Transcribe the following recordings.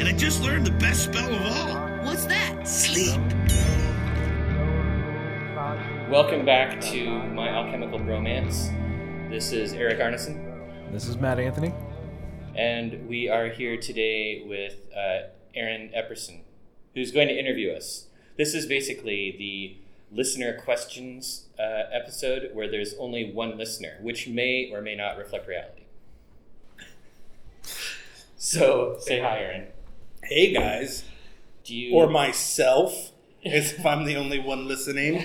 I just learned the best spell of all. What's that? Sleep. Welcome back to my alchemical bromance. This is Eric Arneson, This is Matt Anthony. and we are here today with uh, Aaron Epperson, who's going to interview us. This is basically the listener questions uh, episode where there's only one listener, which may or may not reflect reality. So say hi, Aaron. hey guys Do you or myself as if i'm the only one listening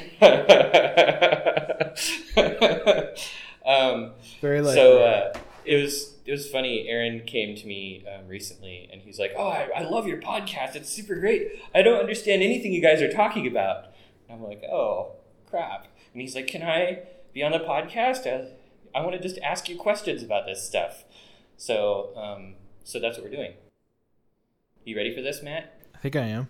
um, Very likely. so uh, it was it was funny. Aaron came to me um, recently, and he's like, "Oh, I, I love your podcast. It's super great. I don't understand anything you guys are talking about." And I'm like, "Oh crap!" And he's like, "Can I be on the podcast? I, I want to just ask you questions about this stuff." So um, so that's what we're doing. You ready for this, Matt? I think I am.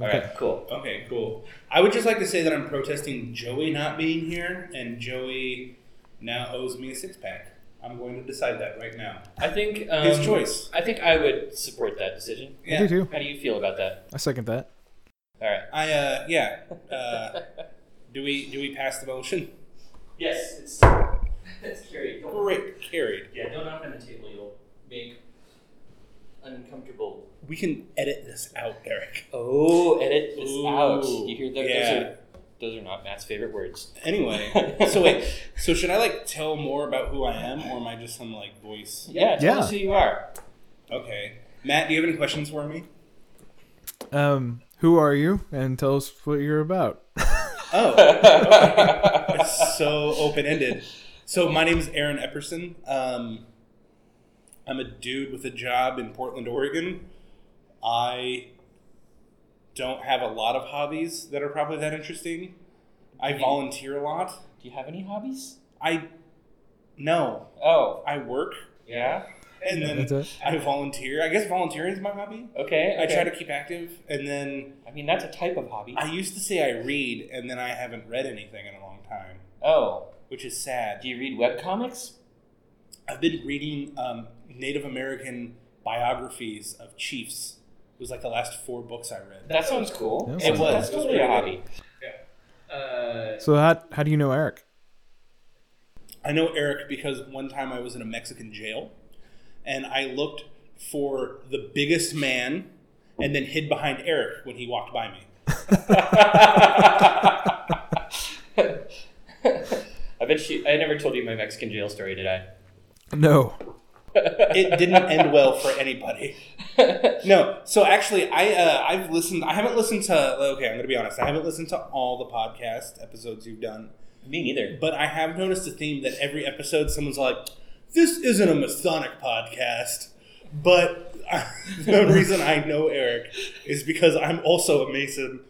All right, cool. okay cool i would just like to say that i'm protesting joey not being here and joey now owes me a six-pack i'm going to decide that right now I think um, His choice. I think I would support that decision. I do too. How do you feel about that? I second that. All right. i uh yeah uh do we do we pass the motion Yes, it's it's carried. Don't- great carried Yeah, don't open the table. You'll make uncomfortable. we can edit this out eric Oh, edit this Ooh, out. You hear that? Those, yeah. are, those are not Matt's favorite words. anyway so wait so should i like tell more about who i am or am i just some like voice Yeah, tell Yeah. us who you are. okay matt do you have any questions for me Um, who are you? And tell us what you're about. oh It's so open ended. So my name is Aaron Epperson. Um, I'm a dude with a job in Portland, Oregon. I don't have a lot of hobbies that are probably that interesting. I volunteer a lot. Do you have any hobbies? I no, Oh, I work yeah. and That's then it. I volunteer. I guess volunteering is my hobby. Okay. I try okay. to keep active, and then I mean, that's a type of hobby. I used to say I read, and then I haven't read anything in a long time, Oh, which is sad. do you read webcomics? I've been reading um, Native American biographies of chiefs. It was like the last four books I read. That sounds cool. That It sounds was. cool. That's totally a hobby. Uh, So how how do you know Eric? I know Eric because one time I was in a Mexican jail and I looked for the biggest man and then hid behind Eric when he walked by me. I bet you. I never told you my Mexican jail story, did I? No. It didn't end well for anybody. No, so actually, I uh, I've listened. I haven't listened to. Okay, I'm gonna be honest. I haven't listened to all the podcast episodes you've done. Me neither. But I have noticed a theme that every episode someone's like, this isn't a Masonic podcast. But the reason I know Eric is because I'm also a Mason.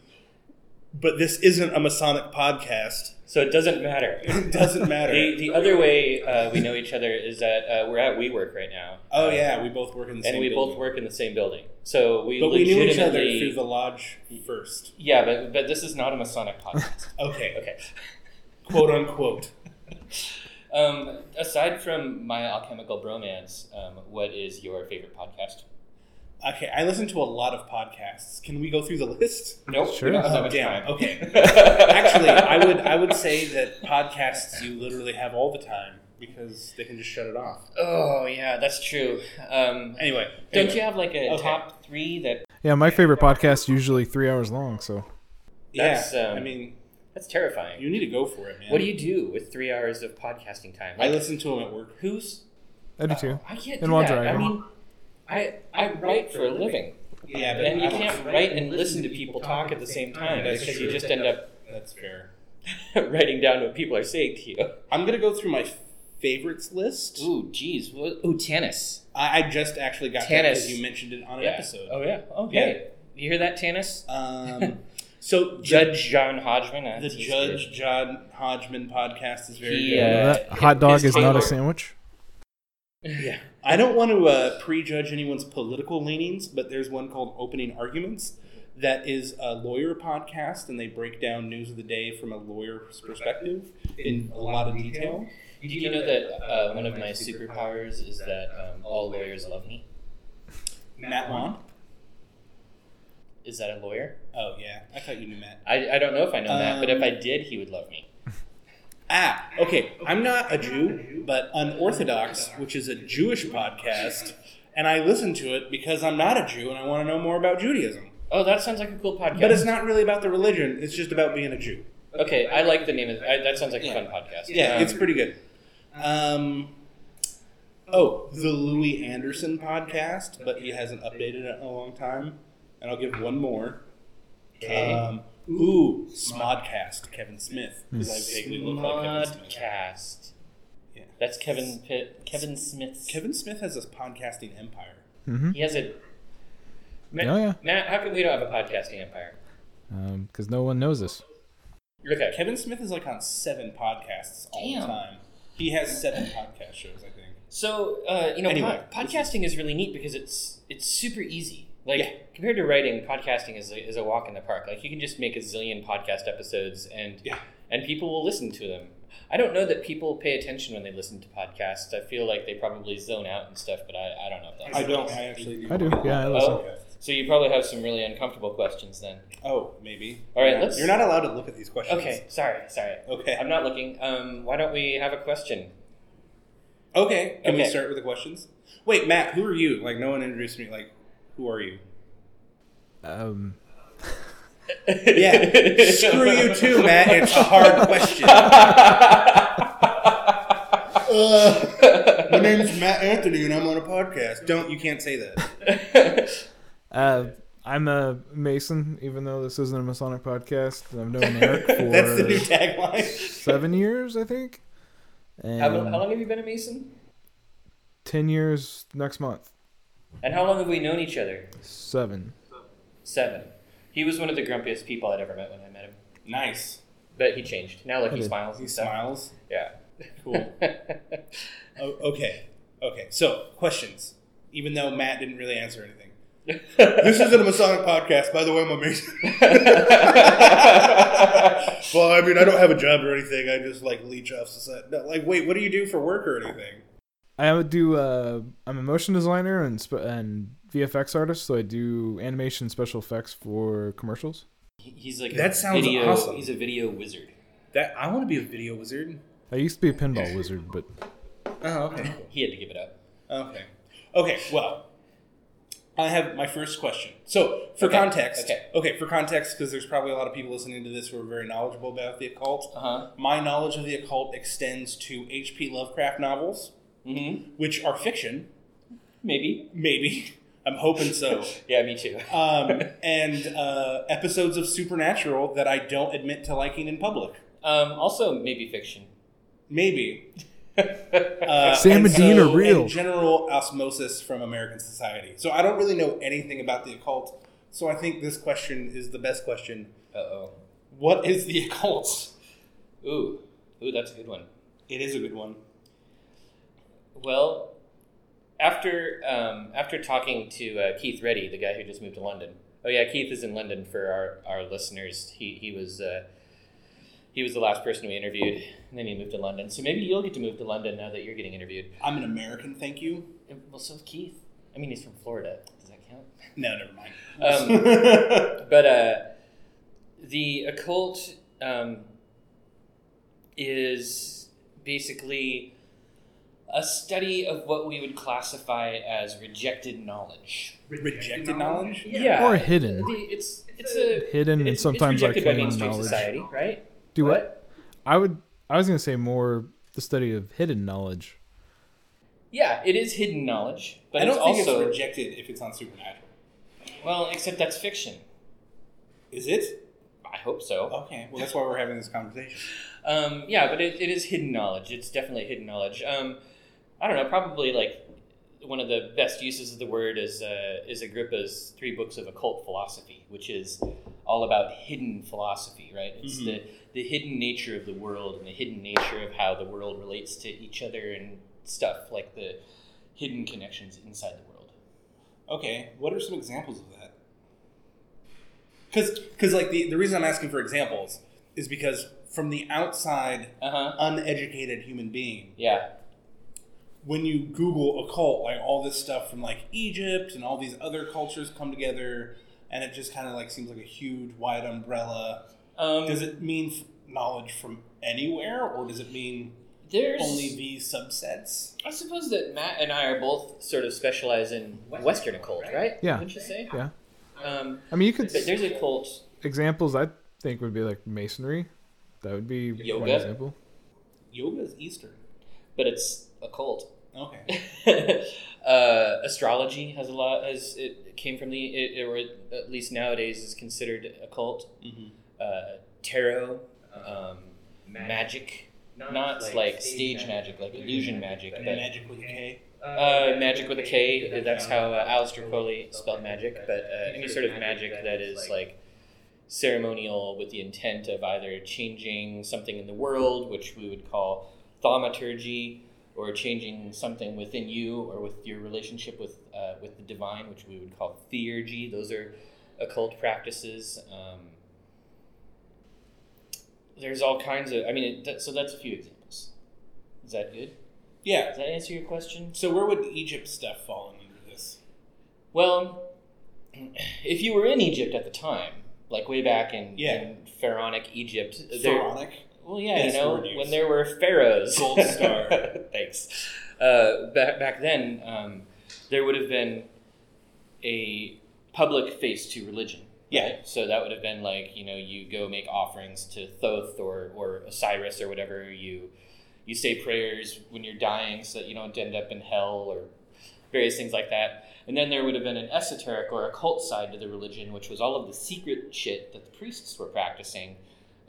But this isn't a Masonic podcast. So it doesn't matter. It doesn't The, matter. the other way uh, we know each other is that uh, we're at WeWork right now. Oh, Uh, yeah, we both work in the and same we building. both work in the same building. So we But we knew each other legitimately. through the lodge first. yeah, but, but this is not a Masonic podcast. Okay, okay. quote unquote. Um, aside from my alchemical bromance, um, what is your favorite podcast? Okay, I listen to a lot of podcasts. Can we go through the list? Nope. Sure. We don't have that Oh, much damn. time. Okay. Actually, I would I would say that podcasts you literally have all the time because they can just shut it off. Oh yeah, that's true. Um, Anyway, don't you have like a Okay. top three that? Yeah, my favorite podcast's usually three hours long. So Yeah, That's, um, I mean, That's terrifying. you need to go for it, man. What do you do with three hours of podcasting time? I Like, listen to them at work. Who's I do too. I can't And do while that. I driving. mean, I I write for a living, Yeah, but and you I- can't write and listen to people talk at the same time That's because true. you just end up That's fair. writing down what people are saying to you. I'm gonna go through my favorites list. Ooh, geez. What- Ooh, tennis. I, I just actually got that Tennis. because you mentioned it on an Yeah. episode. Oh yeah. Okay. You hear that, tennis? Um, so Judge John Hodgman. uh, the he's Judge John Hodgman podcast is very He, good. uh, Remember that? it- hot dog it's is not Taylor. a sandwich. Yeah. I don't want to uh, prejudge anyone's political leanings, but there's one called Opening Arguments that is a lawyer podcast, and they break down news of the day from a lawyer's perspective in a lot of detail. good. Do you know that uh, one of my superpowers is that um, all lawyers love me? Matt Wan. Is that a lawyer? Oh yeah, I thought you knew Matt. I, I don't know if I know that, but if Um, I did, he would love me. Ah, okay. I'm not a Jew, but Unorthodox, which is a Jewish podcast, and I listen to it because I'm not a Jew and I want to know more about Judaism. Oh, that sounds like a cool podcast. But it's not really about the religion; it's just about being a Jew. okay. I like the name of I, that. Sounds like Yeah. a fun podcast. Yeah, Um, it's pretty good. Um, oh, the Louis Anderson podcast, but he hasn't updated it in a long time. And I'll give one more. okay. Um, ooh, Smodcast, Kevin Smith. Because I vaguely look like Kevin Smith. Hmm. Smodcast. Yeah. That's Kevin Pitt, Kevin Smith. Kevin Smith has a podcasting empire. Mm-hmm. He has a. Matt, Oh, yeah. Matt, how come we don't have a podcasting empire? Because um, no one knows us. Okay. Kevin Smith is like on seven podcasts all the Damn. time. He has seven podcast shows, I think. So uh, you know, Anyway, pod- podcasting is really neat because it's it's super easy. Like Yeah. compared to writing, podcasting is a, is a walk in the park. Like you can just make a zillion podcast episodes, and Yeah. and people will listen to them. I don't know that people pay attention when they listen to podcasts. I feel like they probably zone out and stuff, but I, I don't know if that's I the don't. case. I actually do. I do. Yeah, I listen. Oh, so you probably have some really uncomfortable questions then. Oh, maybe. All right, Yeah. let's- You're not allowed to look at these questions. Okay, sorry, sorry. Okay. I'm not looking. Um, why don't we have a question? Okay. Can we Okay. start with the questions? Wait, Matt, who are you? Like, no one introduced me. Like, who are you? Um, Yeah. Screw you too, Matt. It's a hard question. Uh, my name's Matt Anthony, and I'm on a podcast. Don't you can't say that. uh, I'm a Mason, even though this isn't a Masonic podcast. I've known Eric for That's the new tagline. seven years, I think. And How, Um, how long have you been a Mason? Ten years next month. And how long have we known each other? Seven. Seven. He was one of the grumpiest people I'd ever met when I met him. Nice. But he changed. Now, like, he Okay. smiles He and stuff. smiles. Yeah. Cool. O- okay. Okay. So questions. Even though Matt didn't really answer anything. This isn't a Masonic podcast, by the way. I'm amazing. well, I mean, I don't have a job or anything. I just like leech off society. No, like, wait, what do you do for work or anything? I would do. Uh, I'm a motion designer and sp- and VFX artist, so I do animation special effects for commercials. He- He's like That a sounds video, awesome. He's a video wizard. That I want to be a video wizard. I used to be a pinball wizard, but Oh, okay. He had to give it up. Okay. Okay. Well, I have my first question. So, for Okay, context, okay. okay, for context, because there's probably a lot of people listening to this who are very knowledgeable about the occult. Uh-huh. My knowledge of the occult extends to H.P. Lovecraft novels, Mm-hmm. which are fiction, Maybe. maybe. I'm hoping so. Yeah, me too. Um, and uh, episodes of Supernatural that I don't admit to liking in public. Um, also, maybe fiction. Maybe. Uh, Sam and Dean are real. and general osmosis from American society. So I don't really know anything about the occult. So I think this question is the best question. Uh-oh. What is the occult? Ooh. Ooh, that's a good one. It is a good one. Well, after um, after talking to uh, Keith Reddy, the guy who just moved to London. Oh yeah, Keith is in London for our, our listeners. He he was uh, he was the last person we interviewed, and then he moved to London. So maybe you'll get to move to London now that you're getting interviewed. I'm an American, thank you. And- Well, so is Keith. I mean, he's from Florida. Does that count? No, never mind. Um, But uh, the occult um, is basically a study of what we would classify as rejected knowledge. Rejected knowledge? Yeah. Or hidden. The- it's it's a hidden and it's, sometimes it's rejected by arcane mainstream knowledge. society, right? Do what? I would. I was gonna say more the study of hidden knowledge. Yeah, it is hidden knowledge, but I don't it's think also it's rejected if it's on Supernatural. well, except that's fiction. Is it? I hope so. Okay, well, that's why we're having this conversation. Um, yeah, but it, it is hidden knowledge. It's definitely hidden knowledge. Um, I don't know. Probably like one of the best uses of the word is uh, is Agrippa's three books of occult philosophy, which is all about hidden philosophy. Right? It's Mhm. the the hidden nature of the world and the hidden nature of how the world relates to each other and stuff like the hidden connections inside the world. Okay, what are some examples of that? Because, because like the, the reason I'm asking for examples is because from the outside, Uh huh. uneducated human being, Yeah. when you Google occult, like all this stuff from like Egypt and all these other cultures come together, and it just kind of like seems like a huge wide umbrella. Um, Does it mean f- knowledge from anywhere, or does it mean there's only these subsets? I suppose that Matt and I are both sort of specialize in Western, occult, right? Yeah. Wouldn't you say? Yeah. Um, I mean, you could but there's a cult. examples I think would be like masonry. That would be one Yoga. example. Yoga is Eastern. but it's a cult. Okay. uh, astrology has a lot, as it came from the, it, or at least nowadays is considered a cult. Mhm. Uh, tarot, um, magic, Not, not like, stage magic, like illusion magic, And but magic with a K. uh, magic with a K. That's how uh, Aleister Crowley spelled magic, but uh, any sort of magic that is like ceremonial with the intent of either changing something in the world, which we would call thaumaturgy, or changing something within you or with your relationship with uh, with the divine, which we would call theurgy. Those are occult practices. Um, there's all kinds of. I mean, it, that, so that's a few examples. Is that good? Yeah. Does that answer your question? So where would Egypt stuff fall under this? Well, if you were in Egypt at the time, like way back in, Yeah. in pharaonic Egypt, there, Pharaonic. well, yeah, That's you the know, word used. when there were pharaohs, Gold star. thanks. Uh, back back then, um, there would have been a public face to religion. Yeah. right? So that would have been like you know you go make offerings to Thoth or or Osiris or whatever you you say prayers when you're dying so that you don't end up in hell or various things like that. And then there would have been an esoteric or occult side to the religion, which was all of the secret shit that the priests were practicing,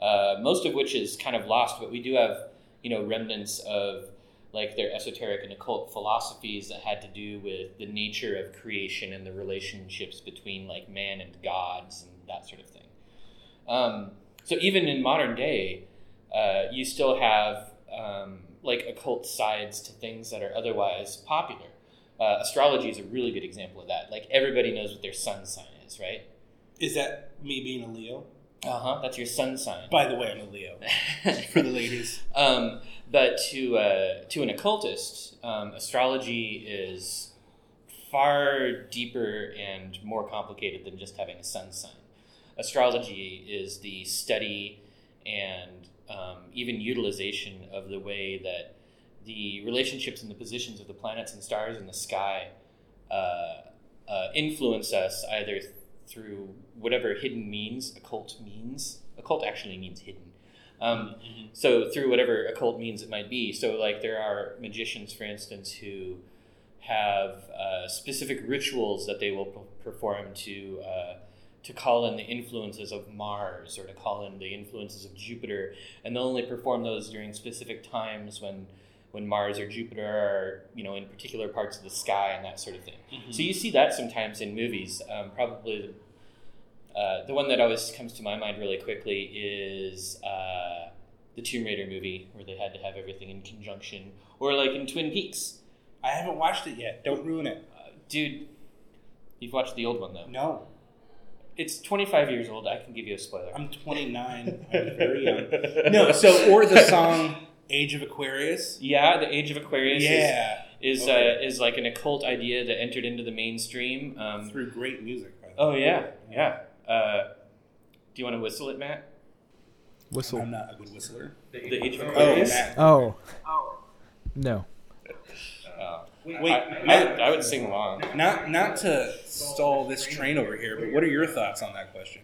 uh, most of which is kind of lost, but we do have, you know, remnants of like their esoteric and occult philosophies that had to do with the nature of creation and the relationships between like man and gods and that sort of thing. Um, so even in modern day, uh, you still have um, like occult sides to things that are otherwise popular. Uh, astrology is a really good example of that. Like everybody knows what their sun sign is, right? Is that me being a Leo? Uh huh. That's your sun sign. By the way, I'm a Leo. Uh-huh. For the ladies. um, but to uh, to an occultist, um, astrology is far deeper and more complicated than just having a sun sign. Astrology is the study and um, even utilization of the way that the relationships and the positions of the planets and stars in the sky uh, uh, influence us either th- through whatever hidden means, occult means. Occult actually means hidden. Um, so through whatever occult means it might be so like there are magicians for instance who have uh, specific rituals that they will p- perform to uh, to call in the influences of Mars or to call in the influences of Jupiter, and they'll only perform those during specific times when when Mars or Jupiter are you know in particular parts of the sky and that sort of thing. Mhm. So you see that sometimes in movies. Um, probably the, uh, the one that always comes to my mind really quickly is uh, the Tomb Raider movie where they had to have everything in conjunction, or like in Twin Peaks. Uh, I haven't watched it yet. Don't ruin it. Dude, you've watched the old one though. No. It's 25 years old. I can give you a spoiler. I'm 29. I'm very young. No, so, or the song Age of Aquarius. Yeah, the Age of Aquarius Yeah. is is, Okay. uh, is like an occult idea that entered into the mainstream. Um, Through great music. by the oh way. yeah, yeah. Uh, do you want to whistle it, Matt? Whistle. I'm not a good whistler. The Age of Oh, Aquarius. Matt. Oh. No. Oh. Wait, I, Matt, I, I would sing along. not not to stall this train over here, but what are your thoughts on that question?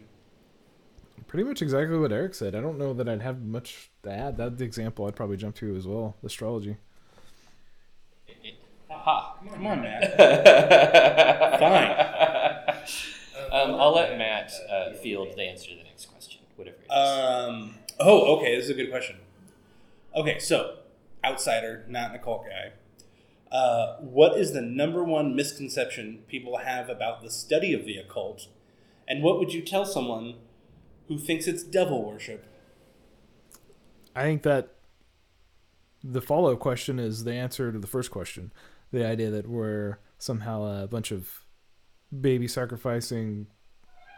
Pretty much exactly what Eric said. I don't know that I'd have much to add. That's the example I'd probably jump to as well. Astrology. Ha. Come on, Matt. Fine. um, I'll let Matt uh, field the answer to the next question, whatever it is. Um. Oh, okay. This is a good question. Okay, so outsider, not an occult guy. Uh, what is the number one misconception people have about the study of the occult, and what would you tell someone who thinks it's devil worship? I think that the follow up question is the answer to the first question. The idea that we're somehow a bunch of baby sacrificing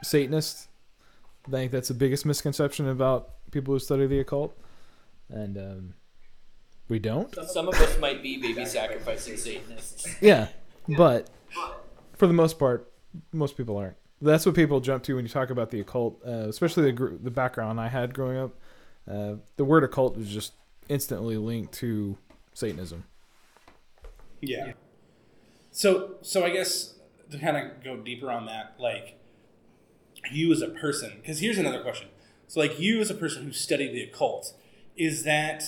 Satanists. I think that's the biggest misconception about people who study the occult. And um, we don't. Some of us might be baby sacrificing Satanists. Yeah. But for the most part, most people aren't. that's what people jump to when you talk about the occult, uh, especially the gr- the background I had growing up. Uh, the word occult was just instantly linked to Satanism. Yeah. So so I guess to kind of go deeper on that, like you as a person, because here's another question. So like you as a person who studied the occult, is that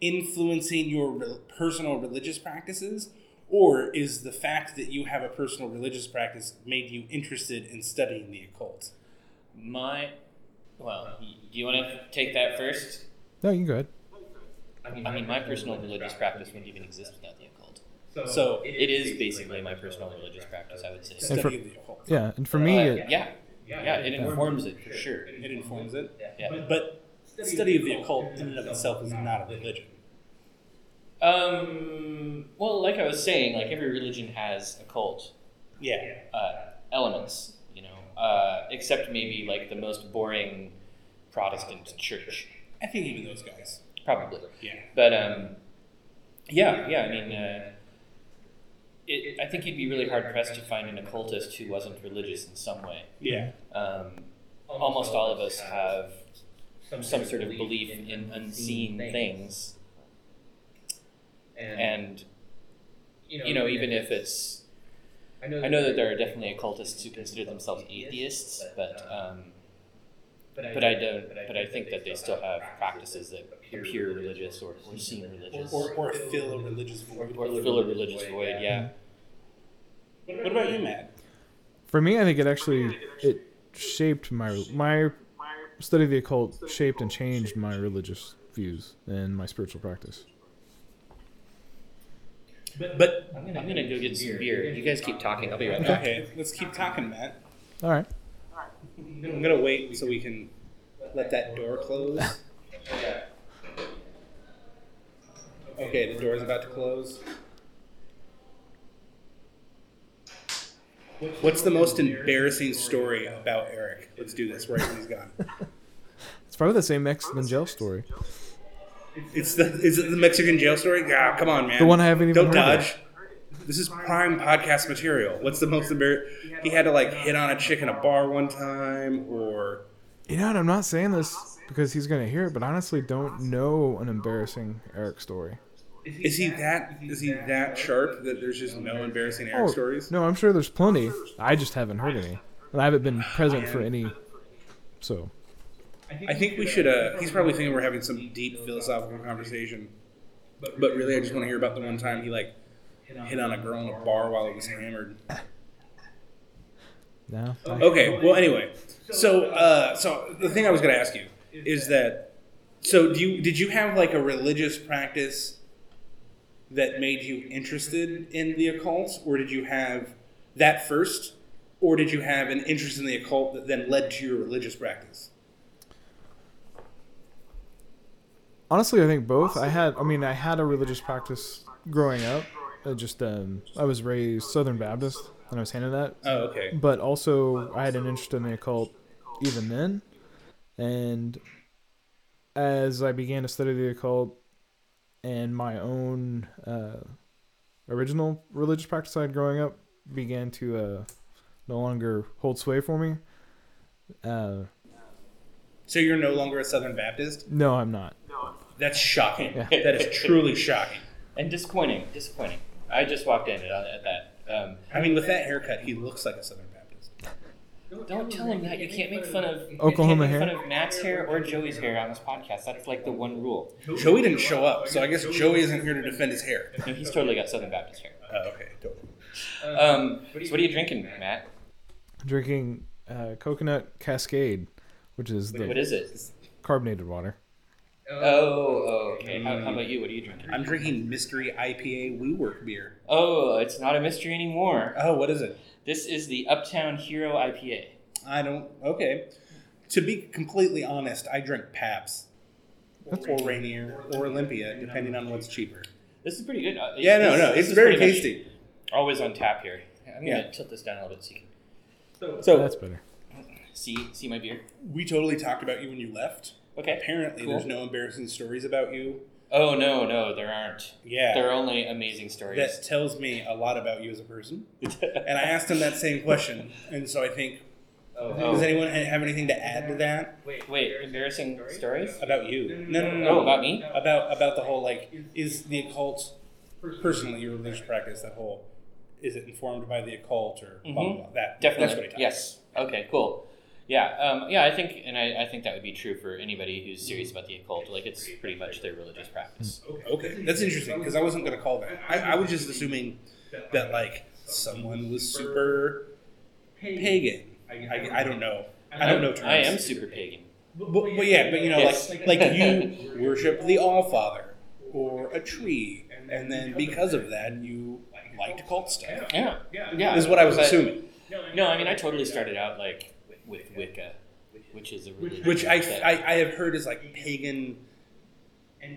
influencing your rel- personal religious practices, or is the fact that you have a personal religious practice made you interested in studying the occult? My, well, y- do you want to take that first? No, you can go ahead. I mean, my personal religious practice wouldn't even exist without the occult. So It is basically my personal religious practice, I would say. study for- of the occult. Yeah, and for me, Uh, it, yeah, yeah, it informs it for sure. It informs it. Yeah. But study of the occult in and of itself is not a religion. Um, well, like I was saying, like every religion has a cult Yeah. uh, elements, you know, uh, except maybe like the most boring Protestant church, I think even those guys. probably. Yeah. But um, yeah, yeah. I mean, uh, it, I think you'd be really hard pressed to find an occultist who wasn't religious in some way. Yeah. Um, almost all of us have some sort of belief in unseen things, and you know, even if it's I know that there are definitely occultists who consider themselves atheists, but um, but I don't. But I think that they still have practices that appear religious or, or seem religious Or, or fill a religious void. or fill a religious void. Yeah. What about you, Matt? for me, I think it actually it shaped my my study of the occult shaped and changed my religious views and my spiritual practice. But I'm gonna, go get some beer. You guys keep talking. I'll be right back. okay, let's keep talking, Matt. All right. I'm gonna wait so we can let that door close. Okay, the door's about to close. What's the most embarrassing story about Eric? Let's do this right when he's gone. It's probably the same Mexican jail story. It's the is it the Mexican jail story? Ah, come on, man. The one I haven't even Don't heard dodge. This is prime podcast material. What's the most embarrassing? He had to like hit on a chick in a bar one time, or You know, and I'm not saying this because he's gonna hear it, but I honestly don't know an embarrassing Eric story. is he that is he that sharp that there's just no embarrassing Eric stories? Oh, No, I'm sure there's plenty. I just haven't heard any, and I haven't been present for any. So I think we should. Uh, he's probably thinking we're having some deep philosophical conversation, but really, I just want to hear about the one time he like hit on a girl in a bar while it was hammered. no, I- Okay. Well, anyway, so uh, so the thing I was going to ask you is that so do you did you have like a religious practice that made you interested in the occult, or did you have that first, or did you have an interest in the occult that then led to your religious practice? honestly, I think both. I had, I mean, I had a religious practice growing up. I just, um, I was raised Southern Baptist, and I was handed that. Oh, okay. but also I had an interest in the occult even then. And as I began to study the occult and my own uh, original religious practice I had growing up began to uh, no longer hold sway for me, uh, So you're no longer a Southern Baptist. no, I'm not. That's shocking. Yeah. That is truly shocking. And disappointing. Disappointing. I just walked in at, at that. Um, I mean, with that haircut, he looks like a Southern Baptist. Don't tell him that. You can't make fun of you Oklahoma can't make hair? Fun of Matt's hair or Joey's hair on this podcast. That's like the one rule. Joey didn't show up, so I guess Joey isn't here to defend his hair. No, he's totally got Southern Baptist hair. Oh, okay. Totally. Um, so what are you drinking, Matt? Drinking uh, coconut cascade, which is What the is it? carbonated water. Oh, oh okay. How, how about you? What are you drinking? I'm drinking Mystery IPA WeWork beer. Oh, it's not a mystery anymore. Oh, what is it? This is the Uptown Hero IPA. I don't. Okay. To be completely honest, I drink Paps or Rainier or Olympia, depending on what's cheaper. This is pretty good. Uh, Yeah, no, this- no, this it's is very pretty much tasty. Always on tap here. I'm gonna Yeah. tilt this down a little bit so you can Oh, So That's better. see see my beer. we totally talked about you when you left. Okay. Apparently, Cool. there's no embarrassing stories about you. Oh no, no, there aren't. Yeah. There are only amazing stories. that tells me a lot about you as a person. And I asked him that same question, and so I think Oh, Oh. Does anyone ha- have anything to add to that wait, Wait, embarrassing story? stories? about you? No, no, Uh, no. Oh, about me? About about the whole like is the occult personally your religious practice? That whole is it informed by the occult or blah, blah, Mhm. blah, that? That's what Definitely. he talks. Yes. Okay. Cool. Yeah. Um, yeah. I think, and I, I think that would be true for anybody who's serious about the occult. Like, it's pretty much their religious practice. Okay, that's interesting because I wasn't gonna call that. I, I was just assuming that like someone was super pagan. I, I don't know. I don't know. Terms. I am super pagan. But, but yeah, but you know, Yes. like like you worship the All Father or a tree, and then because of that, you liked occult stuff. Yeah. Yeah. Is what I was But- assuming. No, I mean, I totally started out like with Wicca, which is a religion. Which I, that- I I have heard is like pagan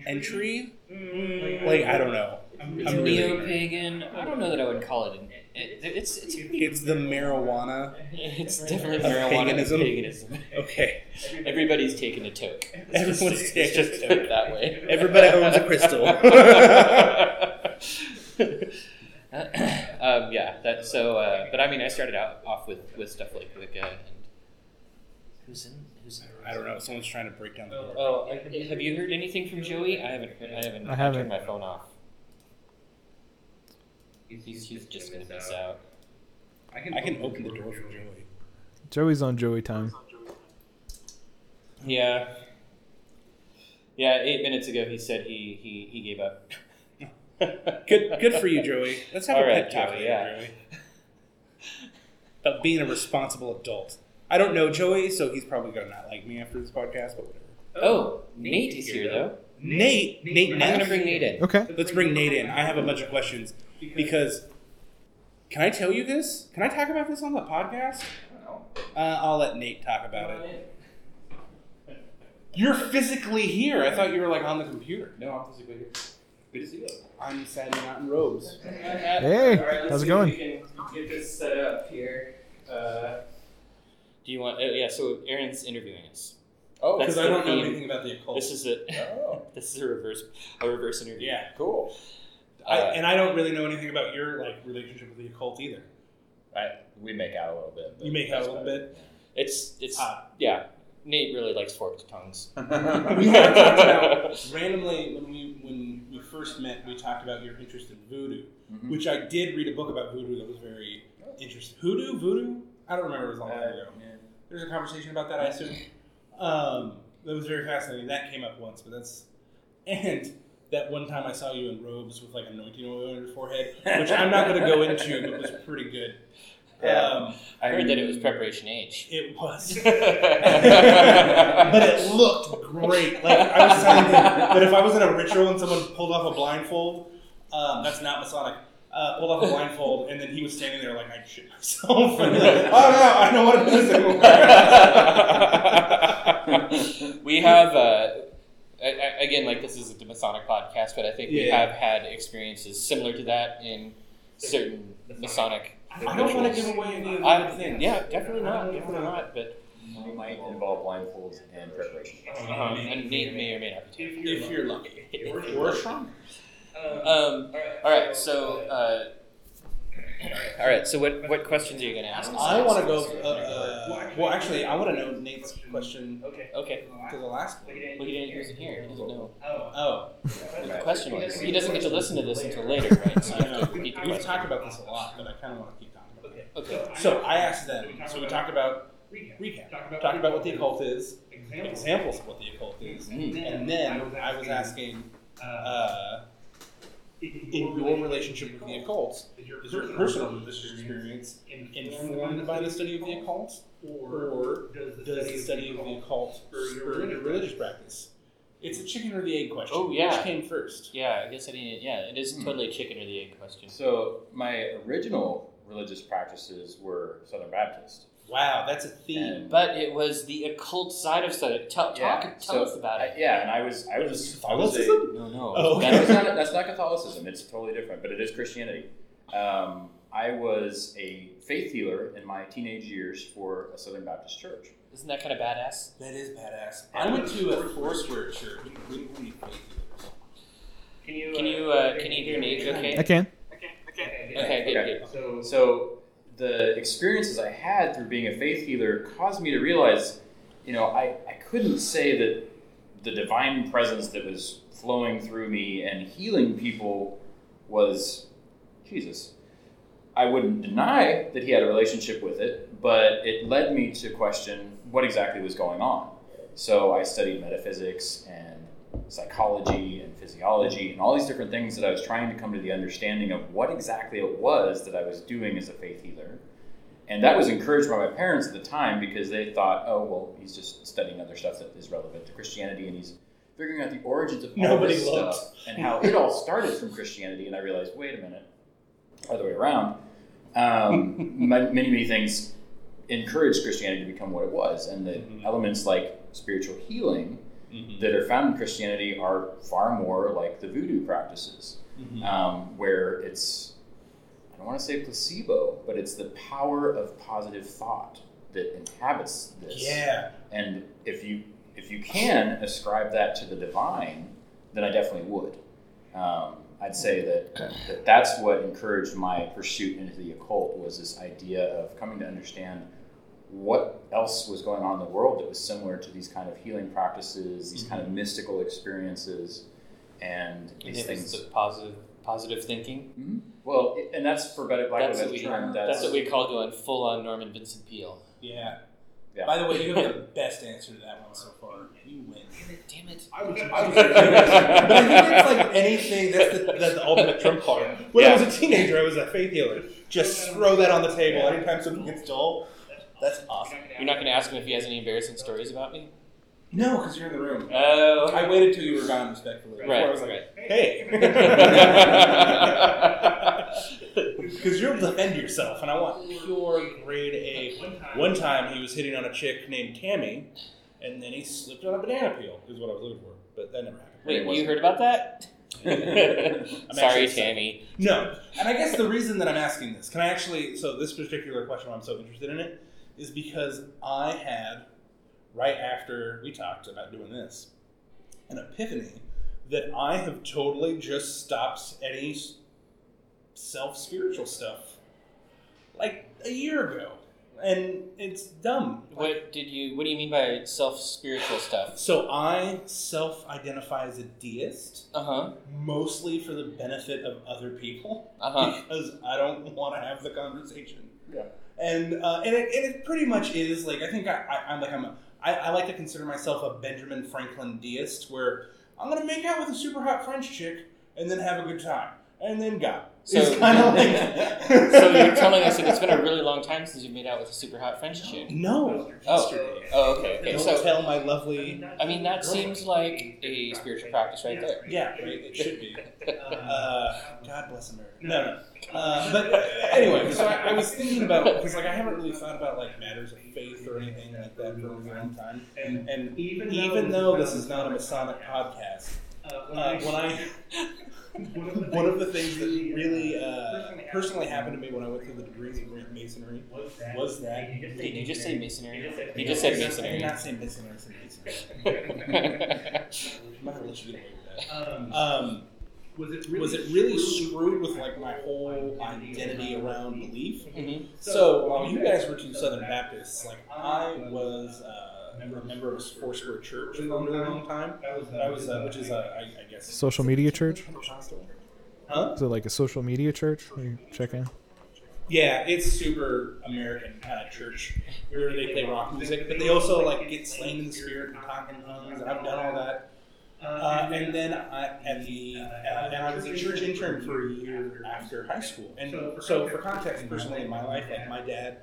entry. Mm, Like I don't know. It's I'm really- neo-pagan. I don't know that I would call it. An, it it's it's a pretty, It's the marijuana. it's definitely Of marijuana paganism? paganism. paganism. Okay, Everybody's taking a toke. Let's just- Everyone's let's taking a just put toke. it that way. everybody owns a crystal. um, yeah, that. So, uh, but I mean, I started out off with, with stuff like Wicca and who's in who's in. I don't know. Someone's trying to break down the door. Oh, I, have you heard anything from Joey? I haven't. heard- I haven't. I haven't. turned my phone off. He's, he's just gonna miss out. I can open the door for Joey. Joey's on Joey time. Yeah. Yeah. Eight minutes ago, he said he he, he gave up. Good, good for you, Joey. Let's have All a right, pet talk Joey, later, yeah. Joey. About being a responsible adult. I don't know Joey, so he's probably gonna not like me after this podcast, but whatever. Oh, Nate is here though. Nate, Nate, I'm Neff? gonna bring Nate in. Okay. Let's bring Nate in. I have a bunch of questions because can I tell you this? Can I talk about this on the podcast? Uh, I'll let Nate talk about it. You're physically here. I thought you were like on the computer. No, I'm physically here. Good to see you. I'm sadly not in robes. Hey, how's it going? get this set up here. Uh, Do you want? Uh, yeah. So Aaron's interviewing us. Oh, That's because I the don't know theme. anything about the occult. This is a oh, this is a reverse a reverse interview. Yeah. cool. I, Uh, and I don't really know anything about your like relationship with the occult either. I, we make out a little bit. but You make out a that's little about bit. It's it's Ah. yeah. Nate really likes forked tongues. it. We had talked about randomly when we when we first met, we talked about your interest in voodoo, Mhm. which I did read a book about voodoo that was very interesting. Hoodoo, voodoo. I don't remember. It was a long time ago. There's a conversation about that. I assume. Um, that was very fascinating. That came up once, but that's and that one time I saw you in robes with like anointing oil on your forehead, which I'm not going to go into, but was pretty good. Yeah. Um, I heard that it was preparation age. it was. but but it looked great. Like I was telling you that if I was in a ritual and someone pulled off a blindfold, um, that's not Masonic. Uh, pulled off a blindfold, and then he was standing there like I shit myself. And like, oh no, I don't want to do this anymore. we have uh, a- a- again like this isn't the masonic podcast but i think we Yeah. have had experiences similar to that in certain masonic I don't want to give away any of I, the things. yeah definitely Uh, not definitely not but We might involve blindfolds and preparation. uh, um, and Nate may or may not be If you're, lucky, or strong. um, all right so uh, all right so what, what questions are you going to ask us I want to go. Uh, uh, well, actually, I want to know Nate's question okay. okay to the last one. well he didn't he wasn't here he doesn't know Oh, what the question was he doesn't get to listen to this until later right so I you know. have to repeat the We've question talked about this a lot, but I kind of want to keep talking about it. okay So I asked them. So we talked about recap. Talked about, what the occult is, examples of what the occult is, Mm-hmm. and then I was asking, uh, in your relationship with the occult, is your personal religious experience informed by the study of the occult, or does the study of the occult spur your religious practice? It's a chicken or the egg question. Oh, yeah. Which came first? Yeah, I guess I didn't. Yeah, it is Hmm. totally a chicken or the egg question. So my original religious practices were Southern Baptist. Wow, that's a theme. And- But it was the occult side of stuff. Tell, talk, Yeah, tell so us about it. I- yeah, and I was I was I was a, Catholicism? No, no. Oh, okay. No, that's, That- not, that's not Catholicism. It's totally different, but it is Christianity. Um, I was a faith healer in my teenage years for a Southern Baptist church. isn't that kind of badass? That is badass. I went to a foursquare church. We didn't have any faith healers. Can you, Can you uh, can you hear Nate? Okay. I can. Okay, okay. Okay. Good. Okay. So, So the experiences I had through being a faith healer caused me to realize, you know, I, I couldn't say that the divine presence that was flowing through me and healing people was Jesus. I wouldn't deny that he had a relationship with it, but it led me to question what exactly was going on. So I studied metaphysics and psychology and physiology and all these different things that I was trying to come to the understanding of what exactly it was that I was doing as a faith healer. And that was encouraged by my parents at the time because they thought, oh, well, he's just studying other stuff that is relevant to Christianity and he's figuring out the origins of all Nobody this looked. stuff and how it all started from Christianity. And I realized, wait a minute, other way around. Um, ma- many, many things encouraged Christianity to become what it was. And the Mhm. elements like spiritual healing Mhm. that are found in Christianity are far more like the voodoo practices, Mhm. um, where it's, I don't want to say placebo, but it's the power of positive thought that inhabits this. Yeah. And if you if you can ascribe that to the divine, then I definitely would. Um, I'd say that, that that's what encouraged my pursuit into the occult was this idea of coming to understand what else was going on in the world that was similar to these kind of healing practices, these kind of mystical experiences, and And these if it's things. the positive positive thinking. Mhm. Well, it- and that's for better, lack of That's a what, better we, term. that's what we call going full on Norman Vincent Peale. Yeah. Yeah. By the way, you have the best answer to that one so far. You win. Damn it. I was, I was a teenager. but I think that's like anything. That's the, that's the ultimate trump card. When I was a teenager, I was a faith healer. Just throw that on the table anytime something gets dull. That's awesome. You're not going to ask him if he has any embarrassing stories about me? No, because you're in the room. Oh. I waited till you were gone respectfully. before I Right, was like, right. hey. Because you'll defend yourself, and I want pure grade A. One time he was hitting on a chick named Tammy, and then he slipped on a banana peel, is what I was looking for. But that never happened. Wait, you heard about that? I'm Sorry, actually upset. Tammy. No. And I guess the reason that I'm asking this, can I actually, so this particular question, why I'm so interested in it, is because I had, right after we talked about doing this, an epiphany that I have totally just stopped any self spiritual stuff like a year ago. And it's dumb. What did you? What do you mean by self spiritual stuff? So I self identify as a deist, Uh huh. mostly for the benefit of other people. Uh huh. because I don't want to have the conversation. Yeah. And uh, and, it, and it pretty much is like I think I, I I'm like I'm a, I, I like to consider myself a Benjamin Franklin deist where I'm gonna make out with a super hot French chick and then have a good time and then God. So- it's kind of like So you're telling us that it's been a really long time since you made out with a super hot French chick. no Oh. yesterday. Oh, okay, okay. Don't So tell my lovely I mean, that seems like a spiritual practice right there. yeah right, it should be. Uh, God bless America. No, no. Uh, but uh, anyway, so I, I was thinking about because like I haven't really thought about like matters of faith or anything like that for a long time. And, and even though, even though this is not a Masonic podcast, uh, when uh, I, when I one of the one of the things that really uh, personally happened to me when I went through the degrees of Masonry was that, was that Did you just say masonry? You just said I did masonry. not say Masonry. I said Masonry. I'm not gonna let you get away with um, that. Um, was it really was it really screwed with like my whole identity around belief? Mm-hmm. Mhm. So while you guys were two Southern Baptists, like I was uh, a member of Foursquare Church for a really long time. That was, I was, uh, which is, uh, I, I guess, Social media church? Pentecostal. Huh? Is it like a social media church? where You check in. Yeah, it's super American kind of church where they play rock music, but they also like get slain in the spirit and talk in tongues. and I've done all that. Uh, and then I at the uh, and I was a church intern for a year after high school. And so for context, personally in my life, like my dad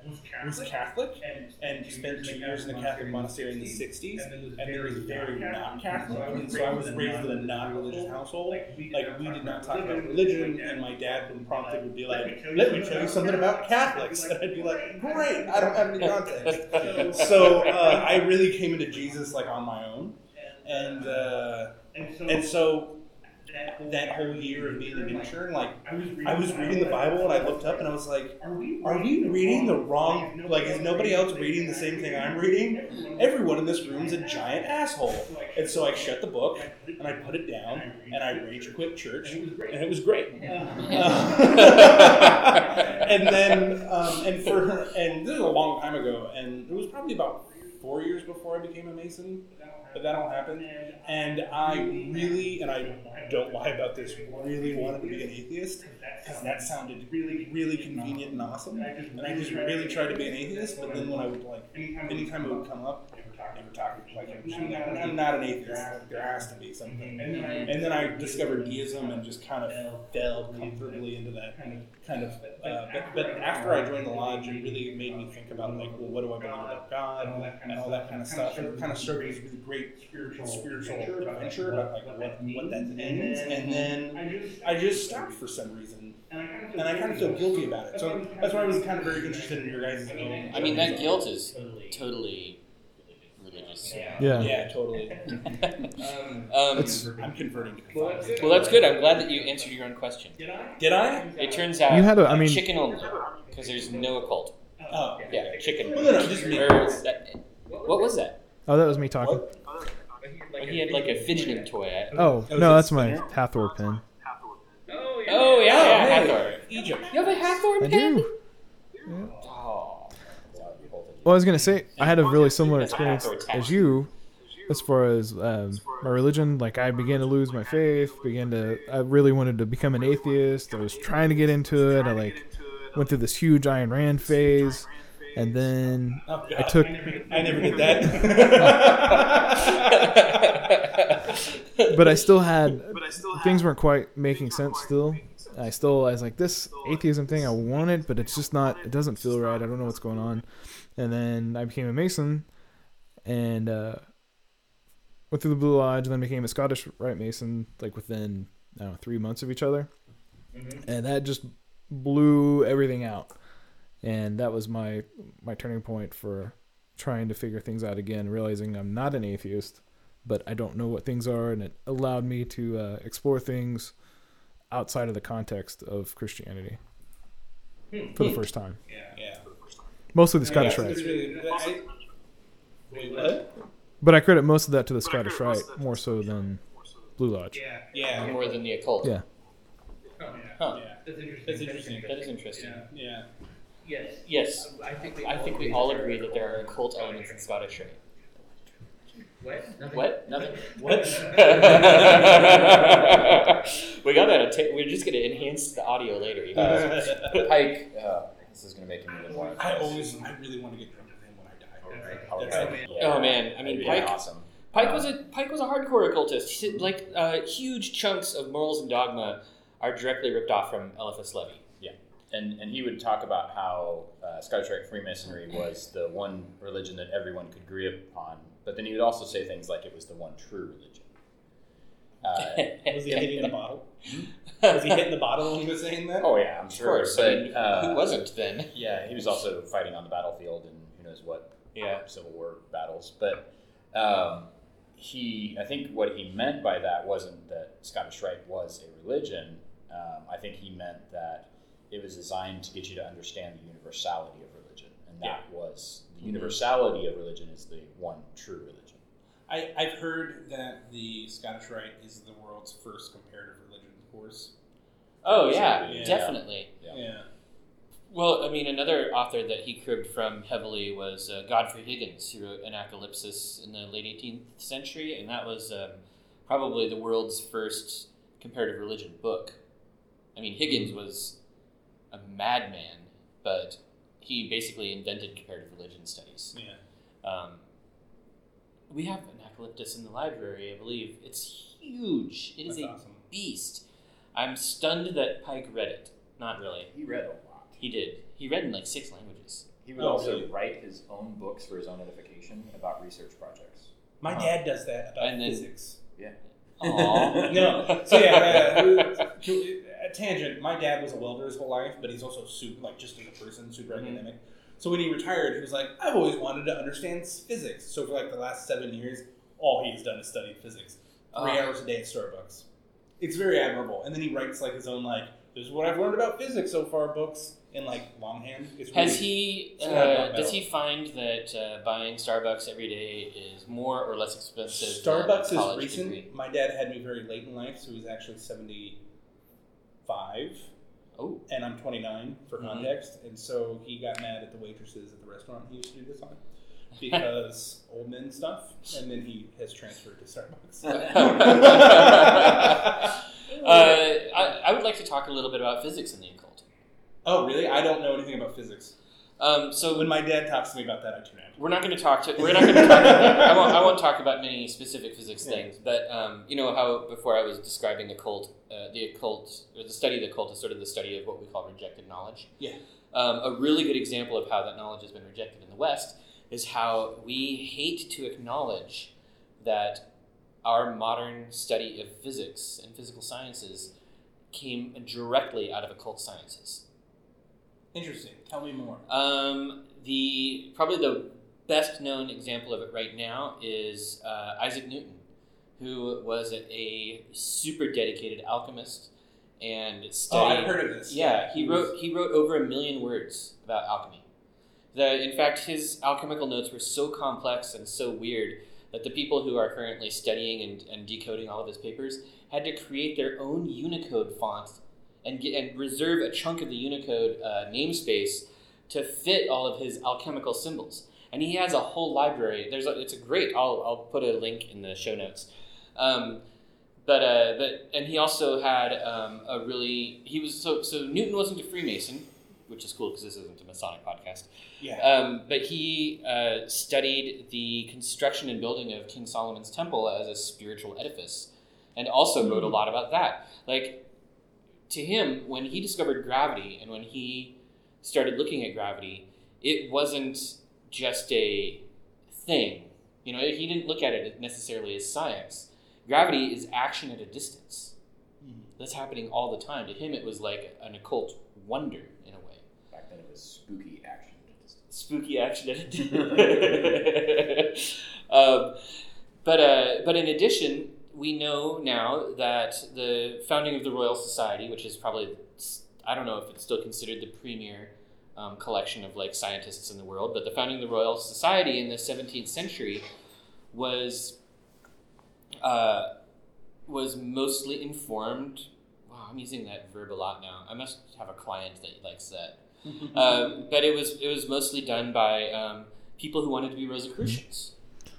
was Catholic and spent two years in a Catholic monastery in the 60s, and there was very not Catholic, and so I was raised in a non-religious household. Like, we did not talk about religion, and my dad, when prompted, would be like, let me tell you something about Catholics, and I'd be like, great, I don't have any context. So uh, I really came into Jesus, like, on my own, and, uh, and so, and so that whole, that whole year of being an intern, like I was reading I was reading the Bible and I looked up and I was like, Are we are we reading the wrong? Like, is nobody else reading the same thing I'm reading? Everyone in this room's a giant asshole. And so I shut the book and I put it down and I rage quit church it was great. and it uh, was great. Yeah. and then um, and for and this is a long time ago and it was probably about four years before I became a Mason, but that all happened. And I really and I don't lie about this really wanted to be an atheist because that sounded really really convenient and awesome. And I just really tried to be an atheist, but then when I would like anytime it would come up, they were talking like I'm not, I'm not an atheist. There has to be something. And then I, And then I discovered deism and just kind of fell comfortably into that kind of. Uh, but, but after I joined the lodge, it really made me think about like, well, what do I believe about God and all that kind of stuff. And it kind of started this really great spiritual spiritual adventure about like what, what that means. And then I just, I just stopped for some reason, and I kind of and I kind of feel guilty about it. So that's why I was kind of very interested in your guys' own. I mean, that guilt is totally religious. Yeah. Yeah, totally. Um, I'm converting. to Well, Catholicism. that's it. well, that's good. I'm glad that you answered your own question. Did I? Did I? It turns out You had a- I mean- chicken only because there's no occult. Oh, Yeah, chicken. No, no, no, just me. Or that- what was that? Oh, that was me talking. Well, he had like a fidgeting toy. I- Oh, Oh, no, is that's it my spinner? Hathor pin. Oh yeah, yeah, hey. Hathor. Egypt. You have a Hathor I pin? do. Oh. Well, I was gonna say I had a really similar That's experience Hathor town. as you, as far as um, my religion. Like I began to lose my faith. Began to. I really wanted to become an atheist. I was trying to get into it. I like went through this huge Ayn Rand phase, and then Oh, I God. took. I never did that. But I still had. Things weren't quite making sense. Still, I still. I was like this atheism thing. I want it, but it's just not. It doesn't feel right. I don't know what's going on. And then I became a Mason, and uh, went through the Blue Lodge, and then became a Scottish Rite Mason, like within I don't know three months of each other, and that just blew everything out, and that was my my turning point for trying to figure things out again, realizing I'm not an atheist, but I don't know what things are, and it allowed me to uh, explore things outside of the context of Christianity for the first time. yeah. Mostly the Scottish Yeah, Rite. it's really- I- Wait, what? But I credit most of that to the Scottish Rite more so than Blue Lodge. Yeah. Oh, More than the occult. Yeah. Huh. Yeah. That's interesting. That's interesting. That is interesting. Yeah. Yes. Yes, I think we I think we all agree that there are occult elements in Scottish Rite. What? Nothing. What? Nothing. What? we got that. Ta- we're just gonna enhance the audio later. You guys. Pike. Uh, this is gonna make him even more. I always, I really want to get drunk with him when I die. That's Powerhead. Yeah. Oh man, I mean, That'd be Pike. awesome. Um, Pike was a Pike was a hardcore occultist. He said, like uh, huge chunks of morals and dogma are directly ripped off from Eliphas Levy. And, and he would talk about how uh, Scottish Rite Freemasonry was the one religion that everyone could agree upon, but then he would also say things like it was the one true religion. Uh, Was he hitting the bottle? Was he hitting the bottle when he was saying that? oh yeah, I'm Of sure. course, I But, mean, uh, who wasn't then? Yeah, he was also fighting on the battlefield and who knows what Yeah. Civil War battles. But um, he, I think what he meant by that wasn't that Scottish Rite was a religion. Um, I think he meant that it was designed to get you to understand the universality of religion, and that was the universality of religion is the one true religion. I, I've heard that the Scottish Rite is the world's first comparative religion course. Oh yeah, Yeah. definitely. Yeah. Well, I mean, another author that he cribbed from heavily was uh, Godfrey Higgins, who wrote Anaclipsis in the late 18th century, and that was um, probably the world's first comparative religion book. I mean, Higgins was a madman, but he basically invented comparative religion studies. Yeah. Um, we have Anacliptus in the library, I believe. It's huge. It is That's a awesome. beast. I'm stunned that Pike read it. Not really. He read a lot. He did. He read in like six languages. He would Oh, also really? write his own books for his own edification about research projects. My dad does that about And then- physics. Aww. no. So yeah, uh, to- a tangent. My dad was a welder his whole life, but he's also super, like just as a person, super Mm-hmm. academic. So when he retired, he was like, I've always wanted to understand physics. So for like the last seven years, all he's done is studied physics. Three Oh. hours a day at Starbucks. it's very admirable. And then he writes like his own like this is what I've learned about physics so far books in like longhand. It's Has really- he? It's not Uh, about does he find that uh, buying Starbucks every day is more or less expensive? than a Starbucks is uh, college recent. degree? My dad had me very late in life, so he's actually seventy five. Oh. And I'm 29 for Mhm. context, and so he got mad at the waitresses at the restaurant he used to do this on because old men stuff, and then he has transferred to Starbucks. Uh, I, I would like to talk a little bit about physics and the occult. oh, really? I don't know anything about physics. Um, so So when my dad talks to me about that, I tune out. We're not going to talk to. We're not going to talk. I won't. I won't talk about many specific physics Yeah. things, but um, you know how before I was describing the cult, uh, the occult, or the study of the cult is sort of the study of what we call rejected knowledge. Yeah. Um, a really good example of how that knowledge has been rejected in the West is how we hate to acknowledge that our modern study of physics and physical sciences came directly out of occult sciences. Interesting. Tell me more. Um, the probably the best known example of it right now is uh, Isaac Newton, who was a, a super dedicated alchemist and Oh, I've studied. heard of this. yeah, he wrote he wrote over a million words about alchemy. That in fact his alchemical notes were so complex and so weird that the people who are currently studying and, and decoding all of his papers had to create their own Unicode font and get, and reserve a chunk of the Unicode uh, namespace to fit all of his alchemical symbols. And he has a whole library. There's a, it's a great. I'll, I'll put a link in the show notes. Um, but uh, but and he also had um, a really he was so so Newton wasn't a Freemason, which is cool because this isn't a Masonic podcast. Yeah. Um, but he uh, studied the construction and building of King Solomon's temple as a spiritual edifice, and also wrote a lot about that. Like to him, when he discovered gravity and when he started looking at gravity, it wasn't just a thing. You know, he didn't look at it necessarily as science. Gravity is action at a distance. Mhm. That's happening all the time. To him, it was like an occult wonder in a way Back then it was spooky action. spooky action at a distance. um, but uh, but in addition, we know now that the founding of the Royal Society, which is probably I don't know if it's still considered the premier um, collection of like scientists in the world, but the founding of the Royal Society in the 17th century was uh, was mostly informed. Wow, I'm using that verb a lot now. I must have a client that likes that um, but it was it was mostly done by um, people who wanted to be Rosicrucians.